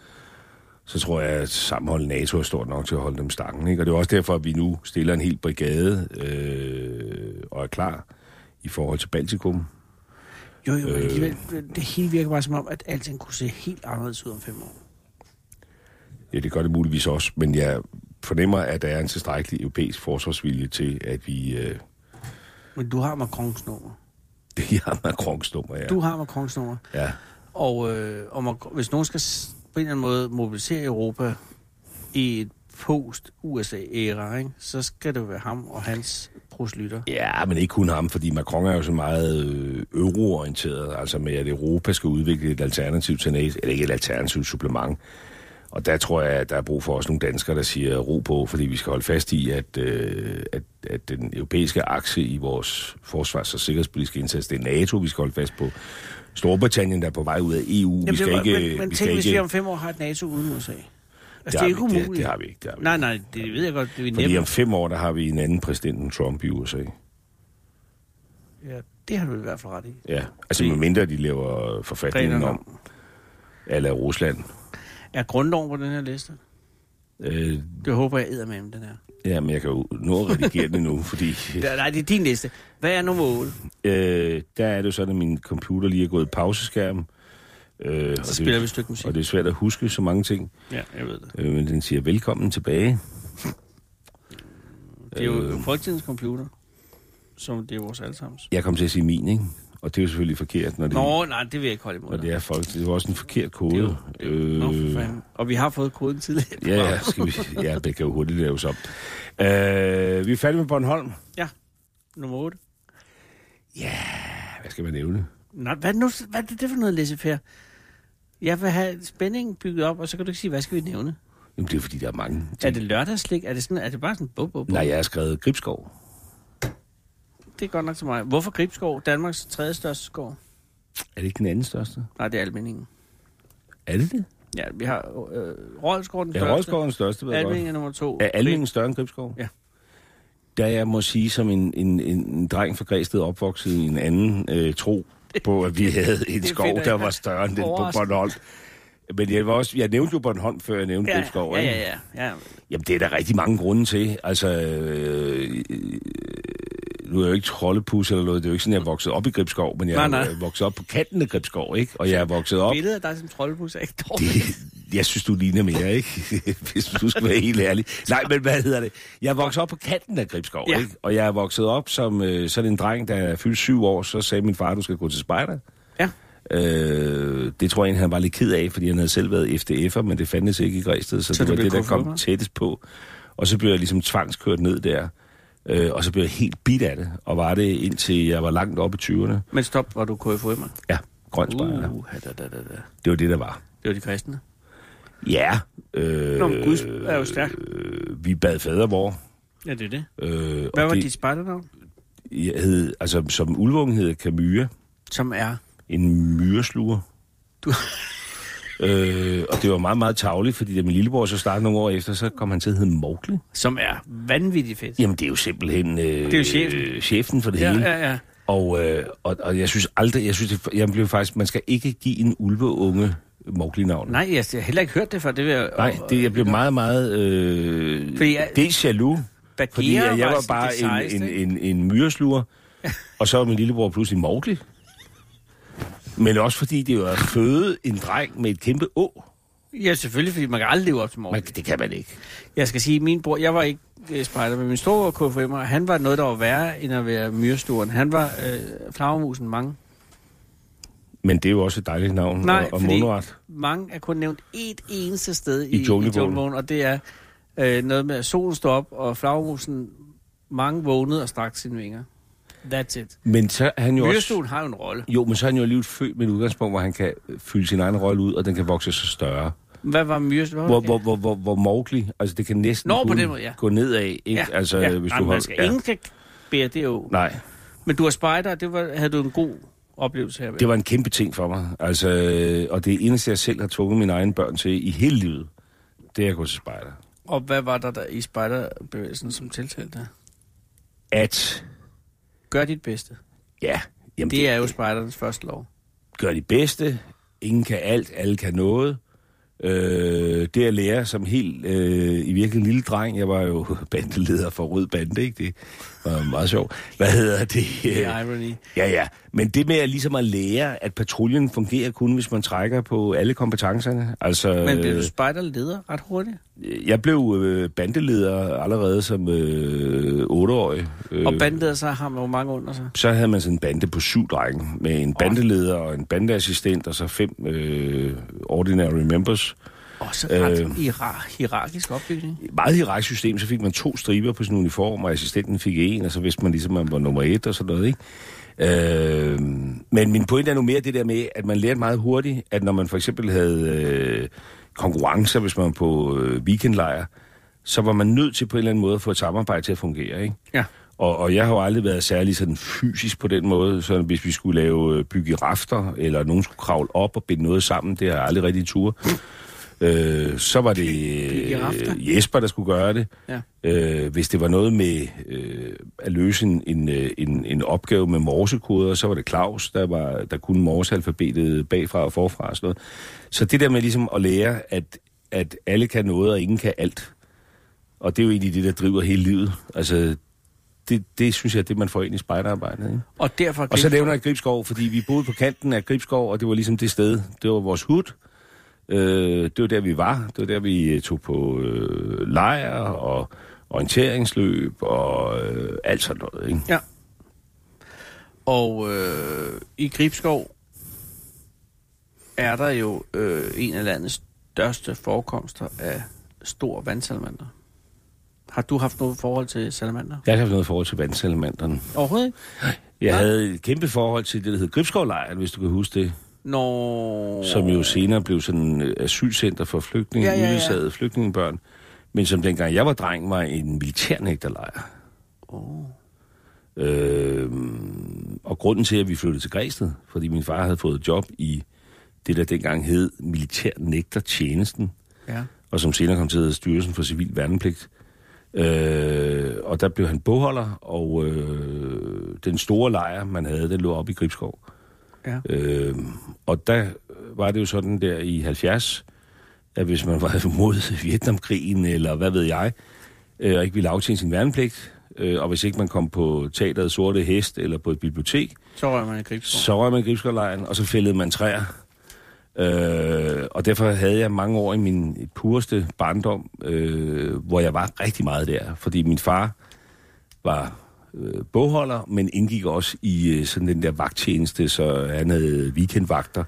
så tror jeg, at sammenholdet NATO er stort nok til at holde dem stangen. Ikke? Og det er også derfor, at vi nu stiller en hel brigade øh, og er klar i forhold til Baltikum.
Jo, jo, men
Øh.
alligevel, det hele virker bare som om, at alting kunne se helt anderledes ud om fem år.
Ja, det gør det muligvis også, men jeg fornemmer, at der er en tilstrækkelig europæisk forsvarsvilje til, at vi... Øh, [laughs]
Men du har Macrons nummer.
det er Macrons nummer, ja.
Du har Macrons nummer.
ja.
Og, øh, og Mac- hvis nogen skal s- på en eller anden måde mobilisere Europa i et post-USA-æra, ikke, så skal det jo være ham og hans proslytter.
Ja, men ikke kun ham, fordi Macron er jo så meget øh, euroorienteret, altså med, at Europa skal udvikle et alternativ til NATO, eller ikke et alternativt supplement. Og der tror jeg, at der er brug for også nogle danskere, der siger ro på, fordi vi skal holde fast i, at, øh, at, at den europæiske akse i vores forsvars- og sikkerhedspolitiske indsats, det er NATO, vi skal holde fast på. Storbritannien der er på vej ud af EU. vi skal
det, var- men,
ikke,
men
vi
tænk,
skal
hvis
ikke,
vi om fem år har et NATO uden USA. Altså, det, det er
det, har vi
ikke
ikke,
umuligt.
det, det har vi ikke. Det har vi
Nej,
ikke.
nej, det ved jeg godt. Det er
Fordi om
nemt.
fem år, der har vi en anden præsident end Trump i USA.
Ja, Det har du i hvert fald ret i.
Ja, altså med mindre de laver forfatningen
Reglerne
om, eller Rusland.
Er grundloven på den her liste?
Øh,
Det håber jeg æder med den her.
ja, men jeg kan jo nå at redigere den nu, fordi
Ja, Nej, det er din liste. Hvad er nummer 8?
øh, der er det jo sådan, at min computer lige er gået i pauseskærm. Øh, og
Så
det,
spiller vi et stykke musik.
og det er svært at huske så mange ting,
Ja, jeg ved det.
øh, men den siger velkommen tilbage.
Det er
Øhm.
jo folketidens computer, som det er vores allesammens.
Jeg kom til at sige min, ikke? Og det er jo selvfølgelig forkert, når det,
Nå, nej, det vil jeg ikke holde imod
når
dig.
det er folk. Det er jo også en forkert
Det er
kode. Øh,
jo- det er jo- Nå, for fanden. Og vi har fået koden tidligere. [laughs]
Ja, ja, skal vi, ja, det kan jo hurtigt laves om. Øh, vi er færdige med Bornholm.
Ja, nummer 8.
Hvad skal man nævne?
Nå, hvad, nu, hvad er det det for noget, Laissez-faire? Jeg vil have spændingen bygget op, og så kan du ikke sige, hvad skal vi nævne?
Jamen, det er fordi, der er mange ting.
Er det lørdagslik? Er det, sådan, er det bare sådan bub, bub, bub?
Nej, jeg har skrevet Gribskov.
Det er godt nok til mig. Hvorfor Gribskov? Danmarks tredje største skov?
Er det ikke den anden største?
Nej, det er Almindingen.
Er det det?
Ja, vi har øh, Rolskov den
Ja,
største.
Rådskov er den største, ved jeg
Almindingen
godt.
er nummer to.
Er Almingen større end Gribskov?
Ja.
Da jeg må sige, som en, en, en, en dreng fra Græsted opvokset i en anden øh, tro på, at vi havde
[laughs]
en
det
skov,
finder
der
jeg
var større end den på
overraskende.
Bornholm. Men jeg, var også, jeg nævnte jo Bornholm, før jeg nævnte ja, Gribskov.
ja,
ikke?
ja, ja, ja, ja.
Jamen, det er der rigtig mange grunde til. Altså, øh, øh, nu er jeg jo ikke trollepus eller noget. Det er jo ikke sådan, jeg er vokset op i Gribskov, men jeg
Nej,
er
nej.
jo, øh, vokset op på kanten af Gribskov, ikke? Og jeg er vokset op...
Billedet af dig som troldbus er ikke dårligt.
Det, jeg synes, du ligner mere, ikke? [laughs] Hvis du skal være helt ærlig. Nej, men hvad hedder det? Jeg er vokset op på kanten af Gribskov,
Ja.
ja. ikke? Og jeg er vokset op som øh, sådan en dreng, der er fyldt syv år. Så sagde min far, du skal gå til spejder.
Ja.
Øh, det tror jeg egentlig, han var lidt ked af, fordi han havde selv været FDF'er, men det fandtes ikke i Græsted,
Så
så, så
du
det var
blev
det, der
konfirmer?
kom tættest på. Og så blev jeg ligesom tvangskørt ned der, øh, og så blev jeg helt bit af det, og var det indtil jeg var langt oppe i 20'erne.
Men stop, var du KFUM'er?
Ja, grøn spejder. Uh.
Uh, da, da, da, da.
Det var det, der var.
Det var de kristne.
Ja. Øh,
Nå, men Gud er jo stærk.
Øh, vi bad fader vor.
Ja, det er det.
Øh,
Hvad
og
var
det,
dit spejdernavn?
Jeg hed, altså, som ulvung hedder Camyre.
Som er...
En myresluger.
Du...
Øh, og det var meget, meget tavligt, fordi da min lillebror så startede nogle år efter, så kom han til at hedde Mowgli.
Som er vanvittigt fedt.
Jamen, det er jo simpelthen... Øh, det
er jo chefen.
Øh, chefen for det
Ja,
hele.
ja, ja.
Og, øh, og, og jeg synes aldrig... Jeg synes, det, jeg blev faktisk... Man skal ikke give en ulveunge Mowgli-navn.
Nej, jeg har heller ikke hørt det før. Det vil jeg...
Nej, det, jeg blev meget, meget... Øh,
Fordi jeg-
Dels jaloux,
Bagheera
fordi jeg, jeg
var
var
sådan
bare
det sejeste,
en, en,
ikke?
en, en myresluger,
[laughs]
og så var min lillebror pludselig Mowgli. Men også fordi det var at føde en dreng med et kæmpe å.
Ja, selvfølgelig, fordi man kan aldrig leve op til morgen.
Man, det kan man ikke.
Jeg skal sige, min bror... Jeg var ikke øh, spejder, men min store KFUM'er, han var noget, der var værre, end at være myresturen. Han var øh, flagermusen mange.
Men det er jo også et dejligt navn
Nej,
og, og
fordi-
monoret.
mange er kun nævnt et eneste sted
I
i, i
junglebogen.
junglebogen, og det er øh, noget med, at solen står op, og flagmusen mange vågnede og strakte sine vinger. That's it.
Men så er han jo også...
Myrestolen har jo en rolle.
Jo, men så er han jo alligevel født med et udgangspunkt, hvor han kan fylde sin egen rolle ud, og den kan vokse så større.
Hvad var myrestolen?
Hvor, hvor, hvor, hvor, hvor Mowgli, altså det kan næsten
Nå, på
kun
den måde, ja.
gå nedad, ikke?
Ja,
altså,
ja.
hvis
Jamen,
du
man
holder...
skal ja. ingen kan bære det jo.
Nej,
Men du var spejder, det var, havde du en god oplevelse her.
Det var en kæmpe ting for mig. Altså, øh, og det eneste, jeg selv har tvunget mine egne børn til i hele livet, det er at gå til spejder.
Og hvad var der, der i spejderbevægelsen, som tiltalte dig?
At,
Gør dit bedste.
ja, jamen,
Det er jo spejderens første lov.
gør de bedste. Ingen kan alt, alle kan noget. Øh, det at lære som helt, øh, i virkeligheden lille dreng, jeg var jo [laughs] bandeleder for Rød Bande, ikke? Det var meget sjovt. Hvad hedder det?
Det er irony.
Ja, ja. Men det med at, ligesom at lære, at patruljen fungerer kun, hvis man trækker på alle kompetencerne. Altså,
Men blev du spejderleder ret hurtigt?
Jeg blev øh, bandeleder allerede som øh, 8-årig. Øh,
Og bandet så har man jo mange under sig.
så havde man sådan en bande på syv drenge, med en bandeleder og en bandeassistent, og så fem øh, ordinary members.
Og så ret
Øh.
hierar- hierarkisk opbygning.
Meget hierarkisk system, så fik man to striber på sin uniform, og assistenten fik en, og så vidste man ligesom, at man var nummer et og sådan noget, ikke? Øh, men min pointe er nu mere det der med, at man lærte meget hurtigt, at når man for eksempel havde øh, konkurrencer, hvis man var på øh, weekendlejr, så var man nødt til på en eller anden måde at få et samarbejde til at fungere, ikke?
Ja.
Og, og jeg har jo aldrig været særlig sådan fysisk på den måde, så hvis vi skulle lave øh, bygge rafter, eller nogen skulle kravle op og binde noget sammen, det har jeg aldrig rigtig tur. Øh, så var det
Pig- girafter.
øh, Jesper, der skulle gøre det.
Ja.
Øh, hvis det var noget med øh, at løse en, en, øh, en, en opgave med morsekoder, så var det Claus, der, var, der kunne morsealfabetet bagfra og forfra og sådan noget. Så det der med ligesom at lære, at, at alle kan noget, og ingen kan alt. Og det er jo egentlig det, der driver hele livet. Altså, det, det synes jeg er det, man får ind i spejderarbejdet. Ikke?
Og derfor...
Og så nævner jeg Gribskov, fordi vi boede på kanten af Gribskov, og det var ligesom det sted. Det var vores hud. Øh, det var der, vi var. Det var der, vi øh, tog på øh, lejr og orienteringsløb og øh, alt sådan noget. Ikke?
Ja. Og øh, i Gribskov er der jo øh, en af landets største forekomster af stor vandsalamander. Har du haft noget forhold til salamander?
Jeg har haft noget forhold til vandsalamanderne.
Overhovedet ikke.
Jeg
Nej.
havde et kæmpe forhold til det, der hed Gribskovlejren, hvis du kan huske det.
Nå...
Som jo senere blev sådan et asylcenter for flygtninge,
Ja,
ja,
ja, ja.
ja, ja. flygtningebørn. Men som dengang jeg var dreng, var en militærnægterlejr.
Åh.
Øh, og grunden til, at vi flyttede til Græsted, fordi min far havde fået job i det, der dengang hed Militær Nægtertjenesten,
Ja.
og som senere kom til at hedde Styrelsen for Civil Værnepligt. Øh, og der blev han bogholder, og øh, den store lejr, man havde, den lå oppe i Gribskov.
Ja.
Øh, og der var det jo sådan der i 70, at hvis man var [laughs] mod Vietnamkrigen, eller hvad ved jeg, øh, og ikke ville aftjene sin værnepligt, øh, og hvis ikke man kom på teateret Sorte Hest eller på et bibliotek,
Så rører man i Gribskov.
så røg man i Gribskovlejren, og så fældede man træer. Øh, og derfor havde jeg mange år i min pureste barndom, øh, hvor jeg var rigtig meget der. Fordi min far var øh, bogholder, men indgik også i øh, sådan den der vagttjeneste, så han havde weekendvagter.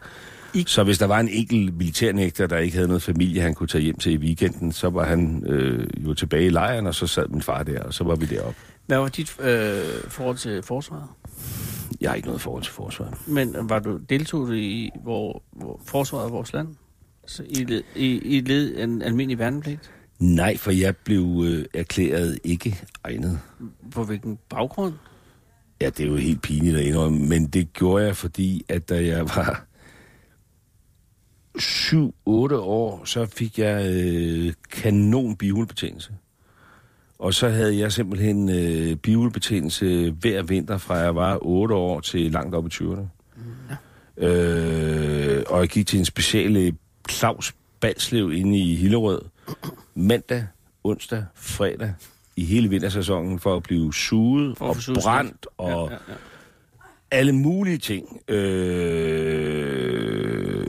I-
Så hvis der var en enkelt militærnægter, der ikke havde noget familie, han kunne tage hjem til i weekenden, så var han øh, jo tilbage i lejren, og så sad min far der, og så var vi deroppe.
Hvad var dit øh, forhold til forsvaret?
Jeg har ikke noget forhold til forsvaret.
Men var du deltog du i hvor, hvor forsvaret af vores land? Så I, led, I, I led en almindelig værnepligt?
Nej, for jeg blev øh, erklæret ikke egnet.
På hvilken baggrund?
Ja, det er jo helt pinligt at indrømme, men det gjorde jeg, fordi at da jeg var 7-8 år, så fik jeg øh, kanon bihulbetændelse. Og så havde jeg simpelthen øh, bihulbetændelse hver vinter, fra jeg var 8 år til langt op i 20'erne. Øh, og jeg gik til en speciale Claus Balslev inde i Hillerød mandag, onsdag, fredag i hele vintersæsonen for at blive suget
For at
og
få suget
brændt og
Ja, ja, ja.
alle mulige ting. Øh,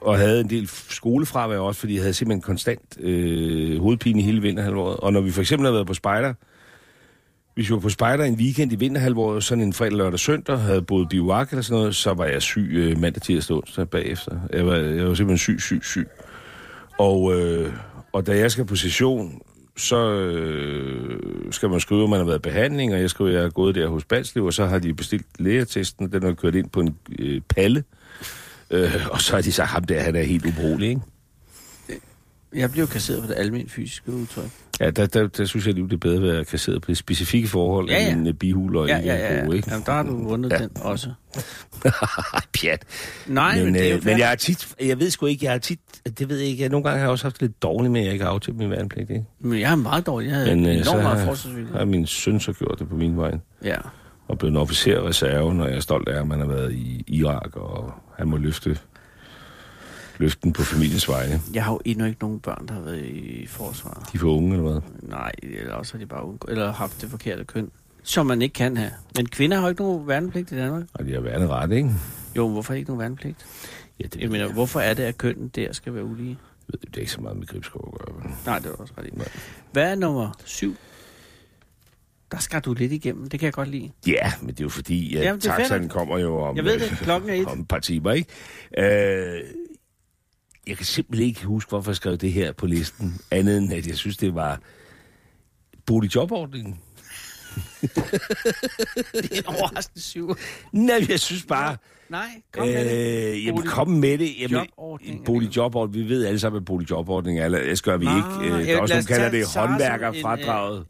og havde en del skolefravær også, fordi jeg havde simpelthen konstant øh, hovedpine i hele vinterhalvåret. Og når vi for eksempel havde været på spejder, hvis vi var på spejder en weekend i vinterhalvåret, sådan en fredag, lørdag, søndag, havde boet biwak eller sådan noget, så var jeg syg øh, mandag, tirsdag, onsdag bagefter. Jeg var, jeg var simpelthen syg, syg, syg. Og, øh, og da jeg skal på session, så øh, skal man skrive, at man har været i behandling, og jeg skriver, at jeg er gået der hos Balslev, og så har de bestilt lægetesten, den har kørt ind på en øh, palle, øh, og så har de sagt, ham der, han er helt ubrugelig, ikke?
Jeg blev kasseret for det almindelige fysiske udtryk.
Ja, der, der, der synes jeg, det er bedre at være kasseret på det specifikke forhold,
Ja,
ja,
ja.
ja. end en øh, bihul og
Ja,
en
ja, ja.
øh, bro, ikke?
Jamen, der har du vundet ja.
Ja.
den også.
Ej, [laughs] pjat.
Nej, men, men det er jo
men jeg
jeg...
har tit, jeg ved sgu ikke, jeg har tit, det ved jeg ikke, jeg, nogle gange har jeg også haft det lidt dårligt med, at jeg ikke har aftalt min værnepligt, ikke?
Men jeg er meget dårlig. Jeg havde
Men
men,
øh,
enormt
så
meget
har,
forsvarsvilje.
har min søn så gjort det på min vej.
Ja.
og blev en officer i reserven, og jeg er stolt af, at man har været i Irak, og han må løfte løften på familiens vegne.
Jeg har jo endnu ikke nogen børn, der har været i forsvaret.
De er for unge, eller hvad?
Nej, eller også har de bare undgå, eller haft det forkerte køn. Som man ikke kan have. Men kvinder har jo ikke nogen værnepligt i Danmark.
Og de har værnet ret, ikke?
Jo, hvorfor ikke nogen værnepligt?
Ja, det,
Jeg mener, hvorfor er det, at kønnen der skal være ulige?
ved, det er ikke så meget med Gribskov at gøre. vel?
Nej, det var også ret i.
Nej.
Hvad er nummer syv? Der skal du lidt igennem, det kan jeg godt lide.
Ja, men det er jo fordi, at
Jamen, det er
taxaen
fedt.
kommer jo om,
Jeg
øh,
ved det, klokken er et.
om et par timer, ikke? Øh, jeg kan simpelthen ikke huske, hvorfor jeg skrev det her på listen, andet end at jeg synes, det var boligjobordningen.
Det er en [laughs] overraskende syv.
Nej, jeg synes bare,
Nej, kom med det.
Øh, jamen,
Bolig-
kom med det. Jamen,
jobordning, er
boligjobordning. Vi ved alle sammen, at boligjobordning er. Det gør vi
Nå,
ikke. Øh,
ja,
Der er også
lad
nogen,
os
kalder
tage
det
Sara som en, øh,
håndværkerfradraget.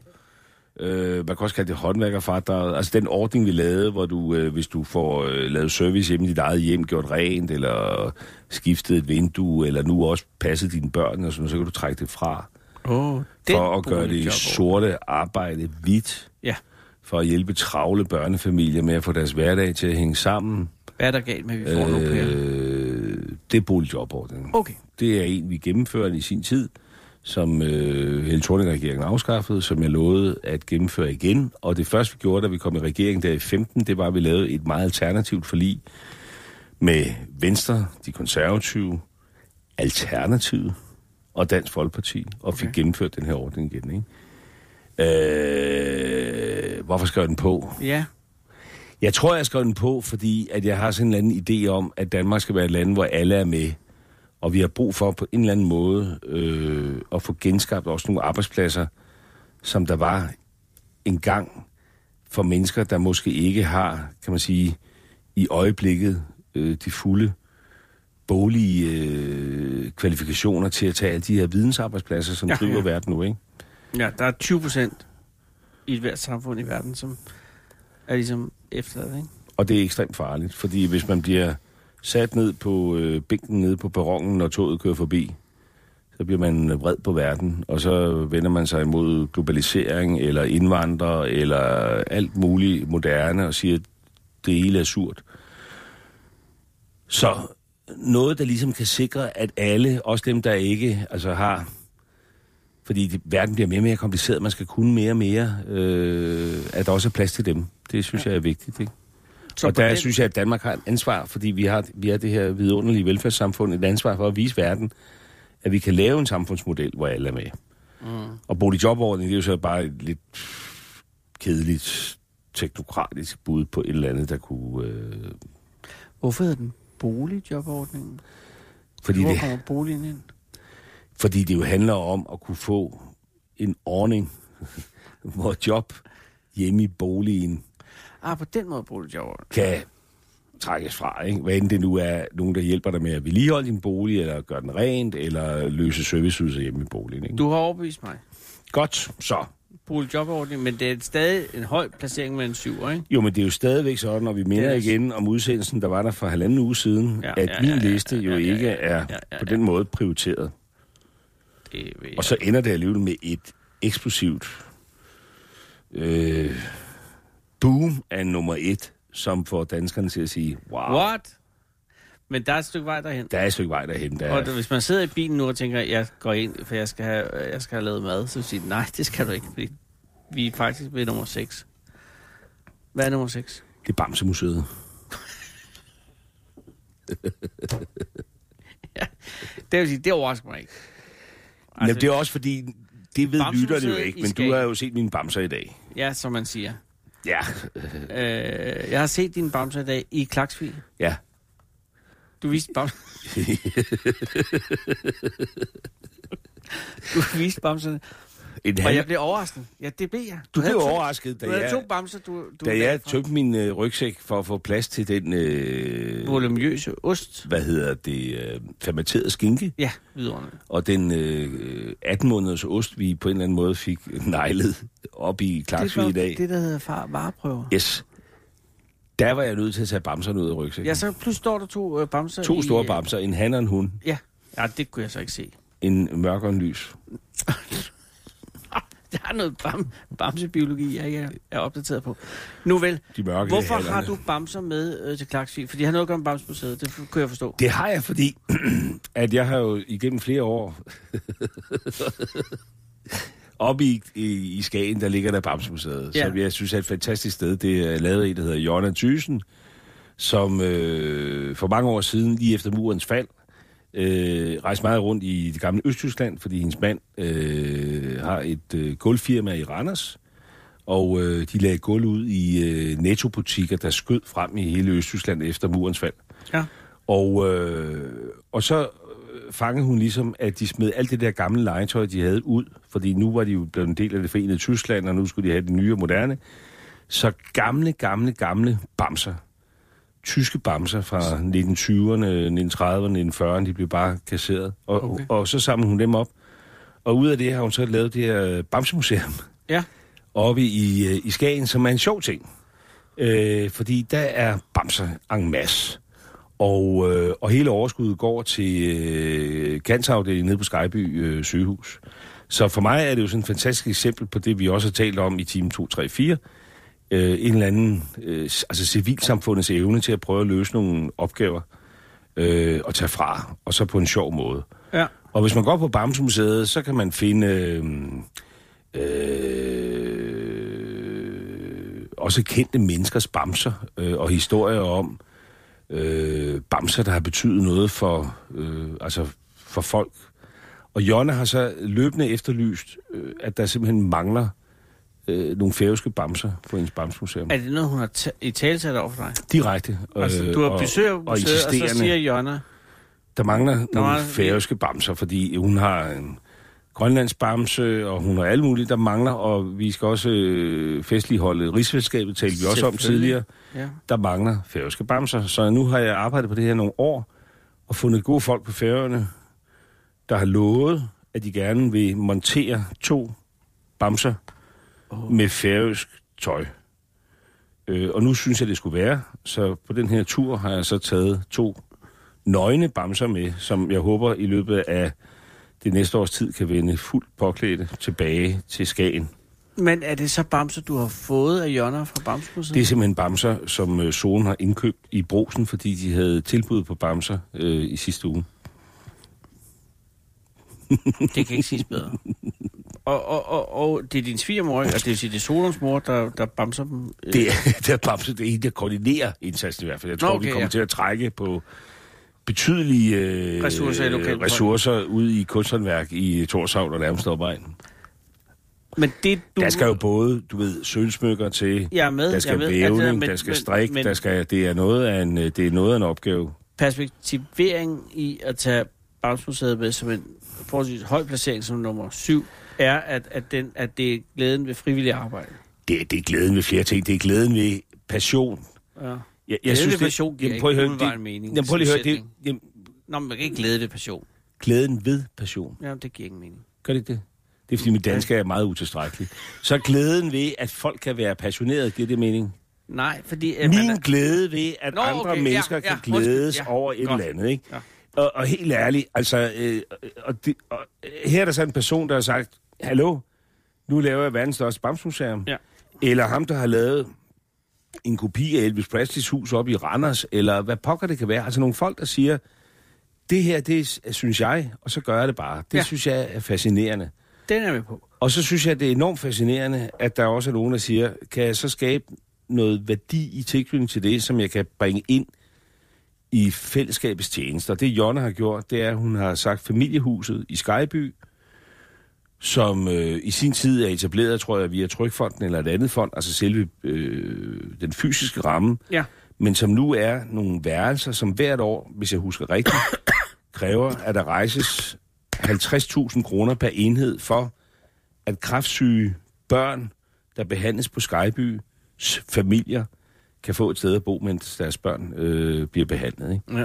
Øh, man kan også kalde det håndværkerfradraget. Altså den ordning, vi lavede, hvor du, øh, hvis du får øh, lavet service hjemme i dit eget hjem, gjort rent, eller skiftet et vindue, eller nu også passet dine børn, og sådan, noget, så kan du trække det fra.
Oh,
for at gøre det sorte arbejde hvidt.
Ja.
For at hjælpe travle børnefamilier med at få deres hverdag til at hænge sammen.
Hvad er der galt med, at vi får øh... en au pair?
Øh, det er boligjobordningen.
Okay.
Det er en, vi gennemførte i sin tid, som øh, Helle Thorning-regeringen afskaffede, som jeg lovede at gennemføre igen. Og det første, vi gjorde, da vi kom i regeringen der i 15, det var, at vi lavede et meget alternativt forlig med Venstre, de konservative, Alternativet og Dansk Folkeparti, og fik
Okay.
gennemført den her ordning igen. Ikke? Øh, hvorfor skrev den på?
Ja,
Jeg tror, jeg skrev den på, fordi at jeg har sådan en eller anden idé om, at Danmark skal være et land, hvor alle er med. Og vi har brug for på en eller anden måde øh, at få genskabt også nogle arbejdspladser, som der var engang for mennesker, der måske ikke har, kan man sige, i øjeblikket øh, de fulde boglige øh, kvalifikationer til at tage alle de her vidensarbejdspladser, som
Ja,
ja, driver
ja.
ja. verden nu, ikke?
ja der er 20 procent i et hvert samfund i verden, som er ligesom efterladt, ikke?
Og det er ekstremt farligt, fordi hvis man bliver sat ned på øh, bænken nede på perronen, når toget kører forbi, så bliver man vred på verden, og så vender man sig imod globalisering, eller indvandrere, eller alt muligt moderne, og siger, at det hele er surt. Så noget, der ligesom kan sikre, at alle, også dem, der ikke altså har... Fordi det, verden bliver mere og mere kompliceret, man skal kunne mere og mere, øh, at der også er plads til dem. Det synes jeg er vigtigt, ikke? Så og
på
der
den-
synes jeg, at Danmark har et ansvar, fordi vi har, vi har det her vidunderlige velfærdssamfund, et ansvar for at vise verden, at vi kan lave en samfundsmodel, hvor alle er med. Mm. Og boligjobordningen, det er jo så bare et lidt kedeligt, teknokratisk bud på et eller andet, der kunne... Øh,
Hvorfor hedder den boligjobordningen?
fordi,
Hvor
det,
kommer boligen ind?
fordi det jo handler om at kunne få en ordning, [laughs] hvor job hjemme i boligen
Ah, på den måde boligjobordningen.
kan trækkes fra. Ikke? Hvad end det nu er nogen, der hjælper dig med at vedligeholde din bolig, eller gøre den rent, eller løse serviceydelser hjemme i boligen. Ikke?
Du har overbevist mig.
Godt, så.
Boligjobordningen, men det er stadig en høj placering med en syver, ikke?
Jo, men det er jo stadigvæk sådan, og vi minder
Det er-
igen om udsendelsen, der var der for halvanden uge siden,
Ja,
ja, at
ja,
min
ja, ja,
liste jo
ja, ja,
ikke
ja, ja,
er
ja, ja,
på den måde prioriteret.
Det ved jeg.
Og så ender det alligevel med et eksplosivt øh, boom af nummer et, som får danskerne til at sige, wow, What?
What? Men der er et stykke vej derhen.
der er et stykke vej derhen. Der
Ja. Og
er
det- hvis man sidder i bilen nu og tænker, at jeg går ind, for jeg skal have, jeg skal have lavet mad, så siger de, nej, det skal du ikke, fordi vi er faktisk ved nummer 6. Hvad er nummer 6?
Det er Bamsemuseet.
Det vil sige, det overrasker mig ikke.
Altså, Jamen, det er også fordi, det ved
Bamsemuseet
lytterne jo ikke,
i
men du
Skagen.
har jo set mine bamser i dag.
Ja, som man siger.
Ja,
Øh, jeg har set din bamser i dag i Klaksvig.
ja.
Du viste bamser.
[laughs]
du viste bamserne.
En
Og
halv...
jeg blev overrasket. Ja, det blev jeg.
Du
havde
blev
to-
overrasket, da
Du havde
jeg,
to bamser, du... du
da
lagde
jeg
fra.
tømte min øh, rygsæk for at få plads til den, øh,
Volumøse ost.
hvad hedder det, øh, fermenterede skinke,
Ja, vidunderligt.
og den øh, 18-måneders ost, vi på en eller anden måde fik nejlet op i
Det var
Klaksvig i dag.
det, der hedder far vareprøver.
Yes. Der var jeg nødt til at tage bamserne ud af rygsækken.
Ja, så pludselig står der to øh, bamser i,
To store
øh,
bamser, en han og en hun,
Ja. ja, det kunne jeg så ikke se. [laughs]
en mørk og en lys.
Der er noget bam, bamsebiologi, jeg ikke er- er opdateret på. Nu vel,
De mørke
hvorfor har
hallerne.
du bamser med øh, til Klaksvig? Fordi han har noget at gøre med Bamsemuseet, det f- kunne jeg forstå.
Det har jeg, fordi [clears throat] at jeg har jo igennem flere år... [laughs] Oppe i, i, i Skagen, der ligger der Bamsemuseet,
Ja.
ja. som jeg synes er et fantastisk sted. Det er lavet af en, der hedder Jonna Thyssen, som øh, for mange år siden, lige efter murens fald, øh, rejste meget rundt i det gamle Østtyskland, fordi hendes mand øh, har et øh, gulvfirma i Randers, og øh, de lagde gulv ud i øh, nettobutikker, der skød frem i hele Østtyskland efter murens fald.
Ja.
Og, øh, og så øh, fangede hun ligesom, at de smed alt det der gamle legetøj, de havde ud, fordi nu var de jo blevet en del af det forenede Tyskland, og nu skulle de have det nye og moderne. Så gamle, gamle, gamle bamser, tyske bamser fra 1920'erne, 1930'erne, 1940'erne, de blev bare kasseret. Og,
Okay.
okay. og, og så samlede hun dem op, og ud af det har hun så lavet det her øh, bamsemuseum.
Ja.
oppe i, øh, i Skagen, som er en sjov ting. Øh, fordi der er bamser en masse. Og, øh, og hele overskuddet går til øh, cancerafdelingen nede på Skyby øh, sygehus. Så for mig er det jo sådan et fantastisk eksempel på det, vi også har talt om i time 2, 3, 4. Øh, en eller anden, øh, s- altså civilsamfundets evne til at prøve at løse nogle opgaver øh, og tage fra, og så på en sjov måde.
Ja.
Og hvis man går på Bamsemuseet, så kan man finde øh, øh, også kendte menneskers bamser øh, og historier om øh, bamser, der har betydet noget for, øh, altså for folk. Og Jonna har så løbende efterlyst, øh, at der simpelthen mangler øh, nogle færøske bamser på ens bamsemuseum.
Er det noget, hun har ta- i tale sat over for dig?
Direkte. Øh,
Altså, du har besøg på museet, og, og så
insisterende.
siger Jonna,
Der mangler der nogle
mangler-
færøske bamser, fordi hun har en grønlandsbamse, og hun har alle mulige, der mangler, og vi skal også øh, festligholde rigsfællesskabet, talte vi også om
Selvfølgelig.
tidligere.
ja,
Der mangler færøske bamser, så nu har jeg arbejdet på det her nogle år, og fundet gode folk på færøerne, der har lovet, at de gerne vil montere to bamser oh. med færøsk tøj. Øh, og nu synes jeg, det skulle være. Så på den her tur har jeg så taget to nøgne bamser med, som jeg håber i løbet af det næste års tid kan vende fuldt påklædte tilbage til Skagen.
Men er det så bamser, du har fået af Jonna fra Bamsemuseet?
Det er simpelthen bamser, som øh, Solen har indkøbt i brosen, fordi de havde tilbud på bamser øh, i sidste uge.
Det, det kan ikke siges bedre. [laughs] Og, og, og, og det er din svigermor, ikke? og det vil sige, det er Solons mor, der, der bamser dem. øh,
Det er, [laughs] det er bamser, det er hende, der koordinerer indsatsen i hvert fald. Jeg
Nå,
tror, Nå,
okay,
okay, vi kommer
ja.
ja. til at trække på betydelige øh,
Ressourcer i lokalbefolkningen.
ressourcer ude i kunsthåndværk i Torshavn og nærmest opvejen.
Men det, du...
Der skal jo både, du ved, sølvsmykker til,
Jeg er med,
der
jeg
skal
ved, alt det der,
vævning,
men-
der skal
men-
strik,
men-
der skal, det er noget af en, øh, det er noget af en opgave.
perspektivering i at tage Bamsemuseet med som en forholdsvis høj placering som nummer syv, er, at, at, den, at det er glæden ved frivillig arbejde.
Det, er- det er glæden ved flere ting. Det er glæden ved passion.
Ja.
Jeg,
Glæde ved passion giver
prøv at
ikke
høre,
umiddelbart
det,
mening,
Jamen, prøv lige at
sådan
høre,
en
det, jamen,
Nå, men man kan ikke glæde ved passion.
glæden ved passion.
Jamen, det giver ingen mening.
Gør det ikke det? Det er, fordi mit dansk er meget utilstrækkeligt. Så glæden ved, at folk kan være passionerede, giver det mening?
Nej, fordi... at man
Min
er-
glæde ved, at
Nå,
Nå, andre
okay,
okay, mennesker
ja,
ja,
ja,
kan
undskyld,
glædes
ja,
ja, over et
godt.
eller andet, ikke?
Ja.
Ja. Og, og helt ærligt, altså... Øh, og det, og, her er der så en person, der har sagt, Hallo, nu laver jeg verdens største bamsmuseum.
Ja.
Eller ham, der har lavet en kopi af Elvis Presleys hus op i Randers, eller hvad pokker det kan være. Altså nogle folk, der siger, det her, det s- synes jeg, og så gør jeg det bare. Det
Ja.
ja. synes jeg er fascinerende.
Den er vi på.
Og så synes jeg, det er enormt fascinerende, at der også er nogen, der siger, kan jeg så skabe noget værdi i tilknytning til det, som jeg kan bringe ind i fællesskabets tjenester. Det Jonna har gjort, det er, at hun har sagt familiehuset i Skyby, som øh, i sin tid er etableret, tror jeg, via Trykfonden eller et andet fond, altså selve øh, den fysiske ramme,
Ja.
men som nu er nogle værelser, som hvert år, hvis jeg husker rigtigt, [coughs] kræver, at der rejses 50.000 kroner per enhed for, at kraftsyge børn, der behandles på Skybys familier, kan få et sted at bo, mens deres børn øh, bliver behandlet. Ikke?
ja.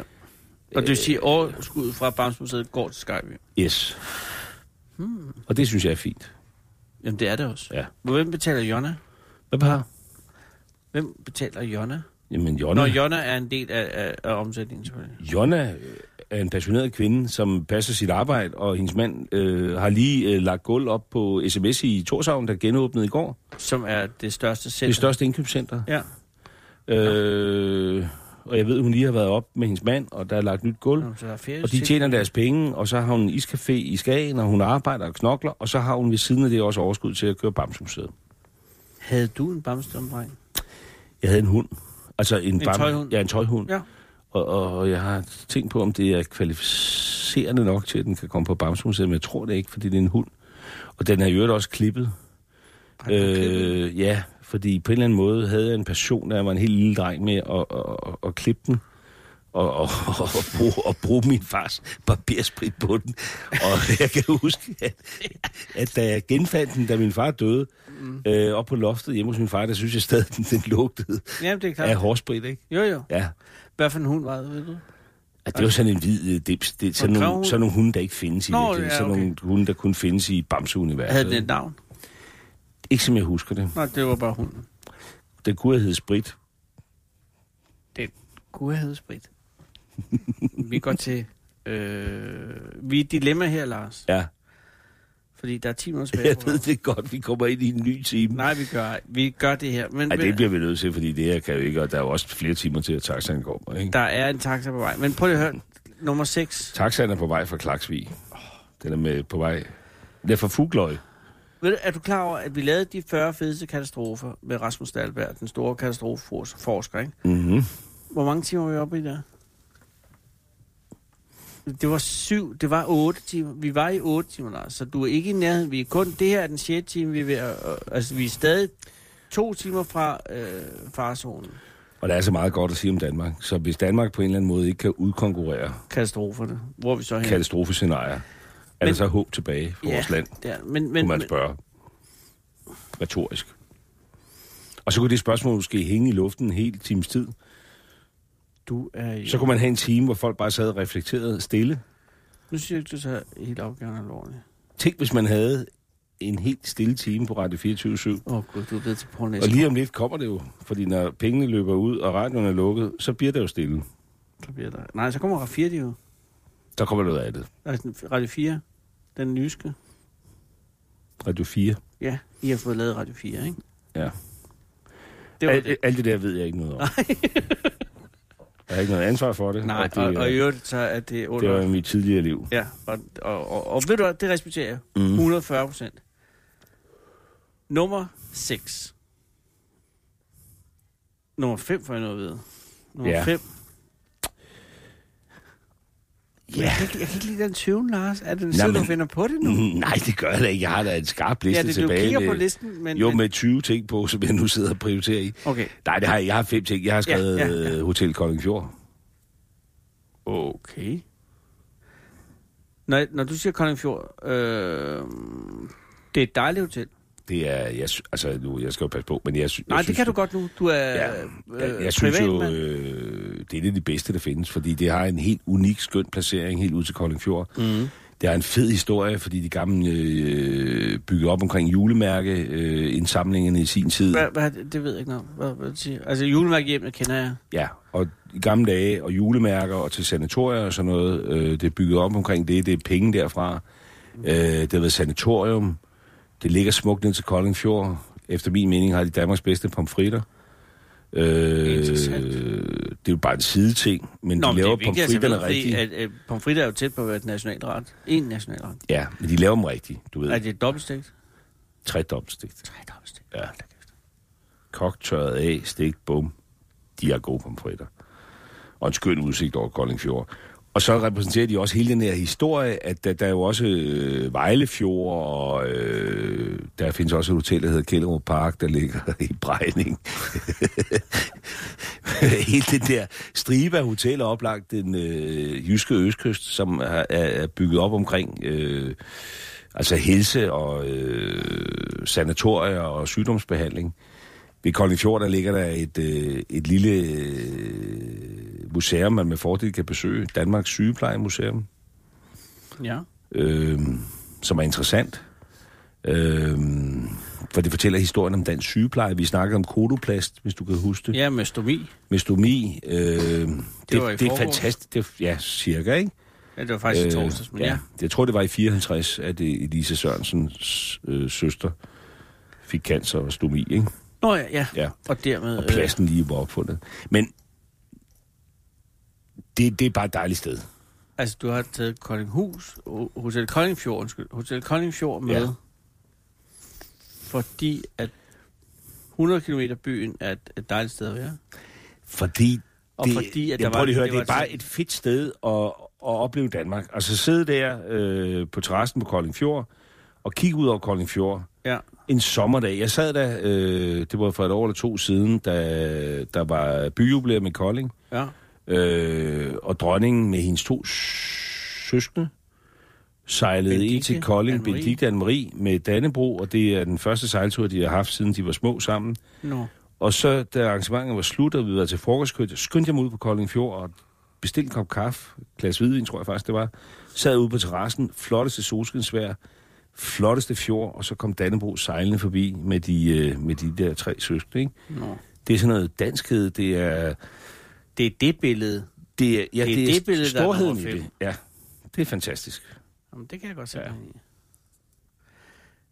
Og det
Øh,
vil sige, at overskuddet fra Bamsemuseet går til Skype.
Yes. Hmm. Og det synes jeg er fint.
Jamen, det er det også.
Ja.
Hvem betaler Jonna?
Hvad har?
Hvem betaler Jonna?
Jamen, Jonna,
Når
Nå,
Jonna er en del af, af, af omsætningen, selvfølgelig.
Jonna øh, er en passioneret kvinde, som passer sit arbejde, og hendes mand øh, har lige øh, lagt gulv op på sms i Torshavn, der genåbnede i går.
Som er det største center.
Det største indkøbscenter.
Ja.
Øh, og jeg ved, hun lige har været op med hendes mand, og der er lagt nyt gulv.
Nå, så der er ferie,
Og de tjener deres penge, og så har hun en iscafé i Skagen, og hun arbejder og knokler, og så har hun ved siden af det også overskud til at køre Bamsemuseet.
Havde du en bamsdomdreng?
Jeg havde en hund. Altså en, en
tøjhund?
Ja, en tøjhund.
Ja.
Og, og, og jeg har tænkt på, om det er kvalificerende nok til, at den kan komme på Bamsemuseet, men jeg tror det ikke, fordi det er en hund. Og den er i øvrigt også klippet. Øh, ja, fordi på en eller anden måde havde jeg en passion, da jeg var en helt lille dreng med at, at, at, at klippe den. Og, og, og, og, bruge, og bruge min fars barbersprit på den. Og [laughs] jeg kan huske, at, at da jeg genfandt den, da min far døde, mm. øh, op på loftet hjemme hos min far, der synes jeg stadig, den, den lugtede
Jamen, det er klart.
af hårsprit, ikke?
Jo, jo.
Ja.
Hvad for en hund var det, ved du?
At det var sådan en hvid øh, dips. Det er sådan,
Og
nogle,
gravhund?
sådan nogle hunde, der ikke findes i
Nå,
virkeligheden.
ja,
Sådan
okay.
nogle hunde, der kun findes i Bamseuniverset.
Havde den et navn?
Ikke som jeg husker det.
Nej, det var bare hunden.
Den kunne have heddet Sprit.
Det kunne have heddet
[laughs]
sprit. vi går til... Øh, vi er i et dilemma her, Lars.
Ja,
Fordi der er 10 minutter tilbage.
jeg
på
ved
programmet.
det godt. Vi kommer ind i en ny time.
Nej, vi gør, vi gør det her. Men,
Ej,
men-
det bliver vi nødt til, fordi det her kan jo ikke, og der er jo også flere timer til, at taxaen kommer, ikke?
Der er en taxa på vej. Men prøv lige at høre. Nummer 6.
Taxaen er på vej fra Klaksvig. Den er med på vej... Den er fra Fugløj.
Ved du, er du klar over, at vi lavede de 40 fedeste katastrofer med Rasmus Dahlberg, den store katastrofeforsker, ikke?
Mm-hmm.
Hvor mange timer var vi oppe i der? Det var syv, det var otte timer. Vi var i otte timer, Lars, så du er ikke i nærheden. Vi er kun, det her er den sjette time, vi er ved at, øh, altså vi er stadig to timer fra øh, farzonen.
Og der er så meget godt at sige om Danmark. Så hvis Danmark på en eller anden måde ikke kan udkonkurrere
Katastroferne. Hvor er vi så hen?
katastrofescenarier, er
Men-
der så håb tilbage for
Ja,
vores land,
der. Men, men,
kunne man
men,
spørge. Retorisk. Og så kunne det spørgsmål måske hænge i luften en hel times tid.
du er i...
Så kunne man have en time, hvor folk bare sad og reflekterede stille.
Nu siger jeg ikke, du så helt opgaven alvorligt.
Tænk, hvis man havde en helt stille time på Radio 24 7
Åh oh, gud, du er blevet til Paul
Og
Næsgaard.
lige om lidt kommer det jo, fordi når pengene løber ud, og radioen er lukket, så bliver det jo stille.
Så bliver der... Nej, så kommer Radio 4, det er jo.
Der kommer noget af det.
Altså, Radio 4, den nyske.
Radio 4.
Ja, I har fået lavet Radio 4, ikke?
Ja.
Det var
alt,
det.
alt det der ved jeg ikke noget om. Nej. [laughs] Jeg har ikke noget ansvar for det.
Nej,
og det,
og, og i
jo,
øvrigt så er det
det
under...
var i mit tidligere liv.
Ja, og, og, og, og ved du hvad, det respekterer jeg.
Mhm.
Mm. 140 procent. Nummer 6. Nummer 5 får jeg noget at vide. Nummer
Ja.
5.
Ja.
Jeg, kan ikke, jeg kan ikke lide den tvivl, Lars. Er det den
Nej,
side, du
men-
finder på det nu?
Mm, [laughs] Nej, det gør jeg da ikke. Jeg har da en skarp liste
ja, det, du
tilbage.
kigger
med,
på listen, men...
jo,
men,
med 20 ting på, som jeg nu sidder og prioriterer i.
Okay,
Nej, det har jeg, jeg har fem ting. Jeg har
Ja,
skrevet
ja,
ja,
ja.
ja, ja. Hotel Koldingfjord.
Okay. Når, når du siger Koldingfjord, øh, det er et dejligt hotel.
Det er, jeg, sy- altså nu, jeg skal jo passe på, men jeg, sy-
Nej,
jeg
det
synes,
kan du godt nu. Du er
Ja,
øh,
jeg, jeg synes
privat,
jo,
mand.
øh, det er det af de bedste, der findes, fordi det har en helt unik, skøn placering helt ud til Koldingfjord.
Mhm.
Mm. Det har en fed historie, fordi de gamle øh, byggede op omkring julemærkeindsamlingerne i sin tid.
Hvad, hvad, det ved jeg ikke noget. om. Hvad, hvad vil du sige? Altså, julemærkehjemmene kender jeg.
Ja, og i gamle dage, og julemærker, og til sanatorier og sådan noget, øh, det er bygget op omkring det, det er penge derfra. Øh, det har været sanatorium, det ligger smukt ned til Koldingfjord. Efter min mening har de Danmarks bedste pomfritter. Øh,
Interessant.
det er jo bare en sideting, men
Nå,
Nå,
men
de laver
det er vigtigt,
pomfritterne
ved,
rigtigt. At...
Fordi, at, øh, pomfritter er jo tæt på at være et nationalret. En nationalret.
Ja, men de laver dem rigtigt, du ved.
Er det et dobbeltstegt?
Tredobbelstegt.
Tre dobbeltstegt.
Ja. Kok tørret af, stegt, bum. De er gode pomfritter. Og en skøn udsigt over Koldingfjord. Og så repræsenterer de også hele den her historie, at der, der er jo også øh, Vejlefjord, og øh, der findes også et hotel, der hedder Kjellerup Park, der ligger i Brejning. [laughs] hele den der stribe af hoteller oplagt den øh, jyske østkyst, som er, er er bygget op omkring øh, altså helse og øh, sanatorier og sygdomsbehandling. Ved Koldingfjord, der ligger der et, øh, et lille øh, museum, man med fordel kan besøge. Danmarks Sygeplejemuseum,
Ja.
øh, som er interessant. Øh, for det fortæller historien om dansk sygepleje. Vi snakkede om kodoplast, hvis du kan huske det. Ja.
Ja, med stomi.
Mestomi. Øh,
var
det,
i
det, det er
forgårs.
fantastisk. Det, er- ja, cirka, ikke?
Ja, det var faktisk øh, i torsdags, men ja.
Jeg tror, det var i 54, at øh, Elisa Sørensens øh, søster fik cancer og stomi, ikke?
Nå ja, ja.
Ja.
Og dermed...
Og pladsen lige var opfundet. Men det, det er bare et dejligt sted.
Øh, altså, du har taget Koldinghus, ho- Hotel Koldingfjord, undskyld, Hotel Koldingfjord med, ja.
Ja.
fordi at 100 km byen er et, et dejligt sted at være.
Fordi
Og
det,
fordi, at der
jamen,
var-
prøv lige at høre,
det
det, det
var
er bare
et-
et fedt sted at, at opleve Danmark. Altså sidde der øh, på terrassen på Kolding Fjord og kigge ud over Kolding Fjord
Ja.
en sommerdag. Jeg sad der, øh, det var for et år eller to siden, da der var byjubilæum i Kolding.
ja.
Øh, og dronningen med hendes to søskende sejlede ind
Benedikte,
til Kolding,
Anne-Marie.
Benedikte Anne-Marie, med Dannebro, og det er den første sejltur, de har haft, siden de var små sammen.
Nå.
Og så, da arrangementet var slut, og vi var til frokostkød, skyndte jeg mig ud på Kolding Fjord og bestilte en kop kaffe, et glas hvidvin, tror jeg faktisk det var, sad ude på terrassen, flotteste solskinsvær, flotteste fjord, og så kom Dannebro sejlende forbi med de, øh, med de der tre søskende. Ikke?
Nå.
Det er sådan noget danskhed, det er...
Det er det billede.
Det er, ja,
Det er det billede, der er
storheden
nummer
i det.
fem.
Ja, det er fantastisk.
Jamen, det kan jeg godt se.
Ja.
Ja.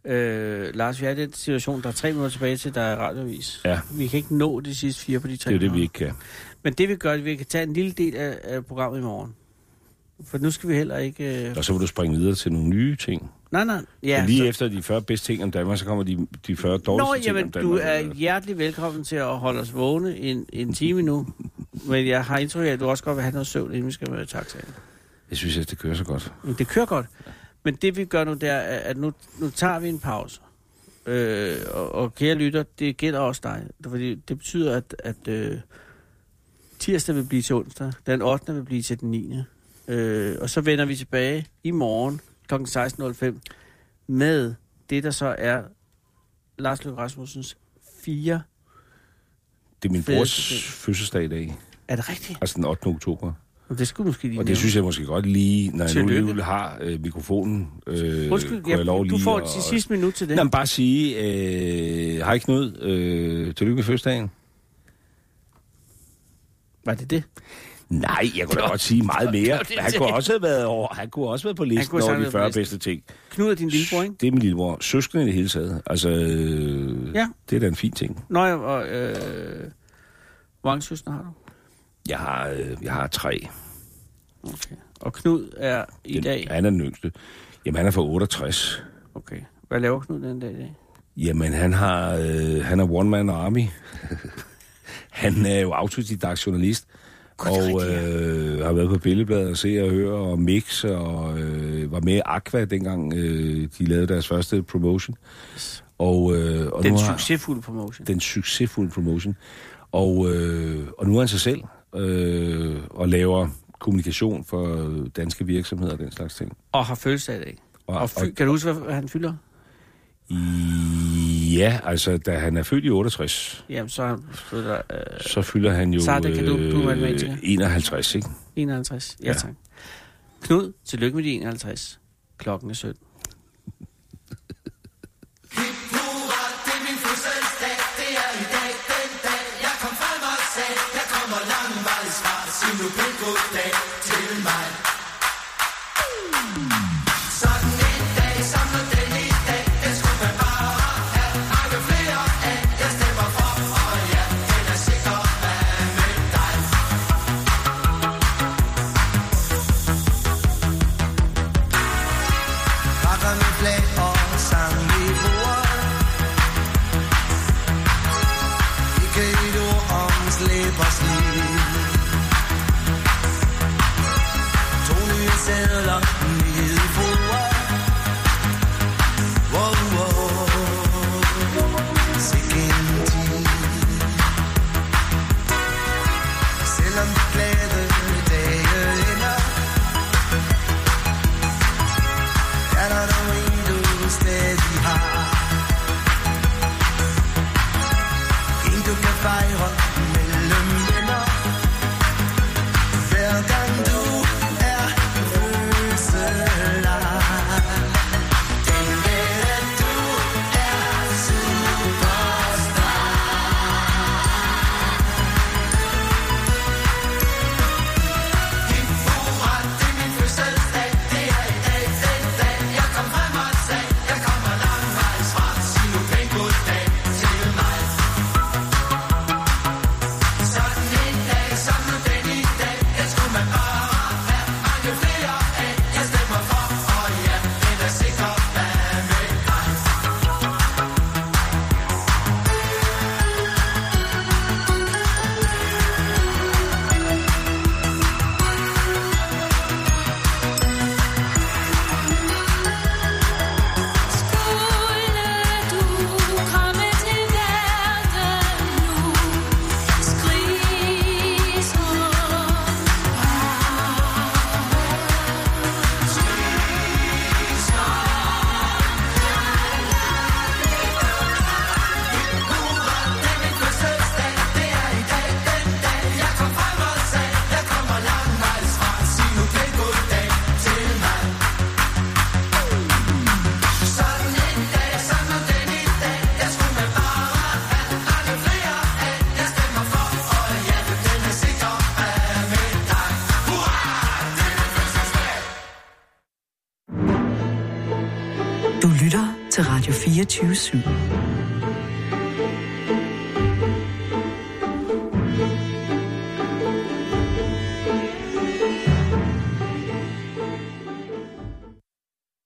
Øh, Lars, vi er i den situation, der er tre minutter tilbage til, der er radiovis.
Ja.
Vi kan ikke nå de sidste fire på de
Det
tre
er jo det, vi
minutter.
ikke kan.
Men det vi gør, det er, at vi kan tage en lille del af, af programmet i morgen. For nu skal vi heller ikke... Øh...
Og så vil du springe videre til nogle nye ting.
Nej, nej.
Ja,
Ja,
lige
så-
efter de 40 bedste ting om Danmark, så kommer de, de 40 dårligste
Nå,
ting om øh.
jamen, du
Danmark.
er hjertelig velkommen til at holde os vågne en, en time nu. Men jeg har indtryk af, at du også godt vil have noget søvn, inden vi skal med taxaen.
Jeg synes, at det kører så godt.
Men det kører godt. Men det vi gør nu, det er, at nu, nu tager vi en pause. Øh, og, og kære lytter, det gælder også dig. Fordi det betyder, at, at øh, tirsdag vil blive til onsdag, den 8. vil blive til den 9. Øh, og så vender vi tilbage i morgen kl. 16.05 med det, der så er Lars Løkke Rasmussens fire.
Det er min
Fedeste
brors
ting.
fødselsdag i dag,
Er det rigtigt?
altså den 8. oktober.
Og det skulle måske lige
Og det
nævne.
synes jeg måske godt lige, når jeg nu
Tillykke.
alligevel har øh, mikrofonen, øh,
Undskyld,
kunne jeg lov
jeg,
lige
du får
at-
til sidste minut til det.
Nå, men bare sige, øh, hej Knud, øh, tillykke med fødselsdagen.
Var det det?
Nej, jeg kunne da godt sige meget mere. Han kunne også have været, over, han kunne også have været på listen
kunne
over
sagtens
de
være på
40
listen.
bedste ting.
Knud er din lillebror, ikke?
Det er min lillebror. Søskende i det hele taget. Altså, øh,
Ja.
det er da en fin ting.
Nå, ja, og øh, hvor mange søstre har du?
Jeg har, øh, jeg har tre.
Okay. Og Knud er i
Den,
dag...
Han er den yngste. Jamen, han er fra 68.
Okay. Hvad laver Knud den dag i dag?
Jamen, han, har, øh, han er one man army. han er jo autodidakt journalist.
Gud, det er
og øh, har været på Billedbladet og se og høre og mix og øh, var med i Aqua, dengang øh, de lavede deres første promotion. Og, øh, og
Den
nu har,
succesfulde promotion.
den succesfulde promotion. Og, øh, og nu er han sig selv øh, og laver kommunikation for øh, danske virksomheder og den slags ting.
Og har fødselsdag i dag. Og, og, fy, kan du huske, hvad han fylder?
Ja, altså, da han er født i 68,
Jamen, så er han så er der øh,
så fylder han jo
Sara, det kan du- du er matematiker.
51, ikke?
51. Ja,
Ja.
tak. Knud, tillykke med de 51. Klokken er 17.
Radiosporten lytter til Radio 24 /7.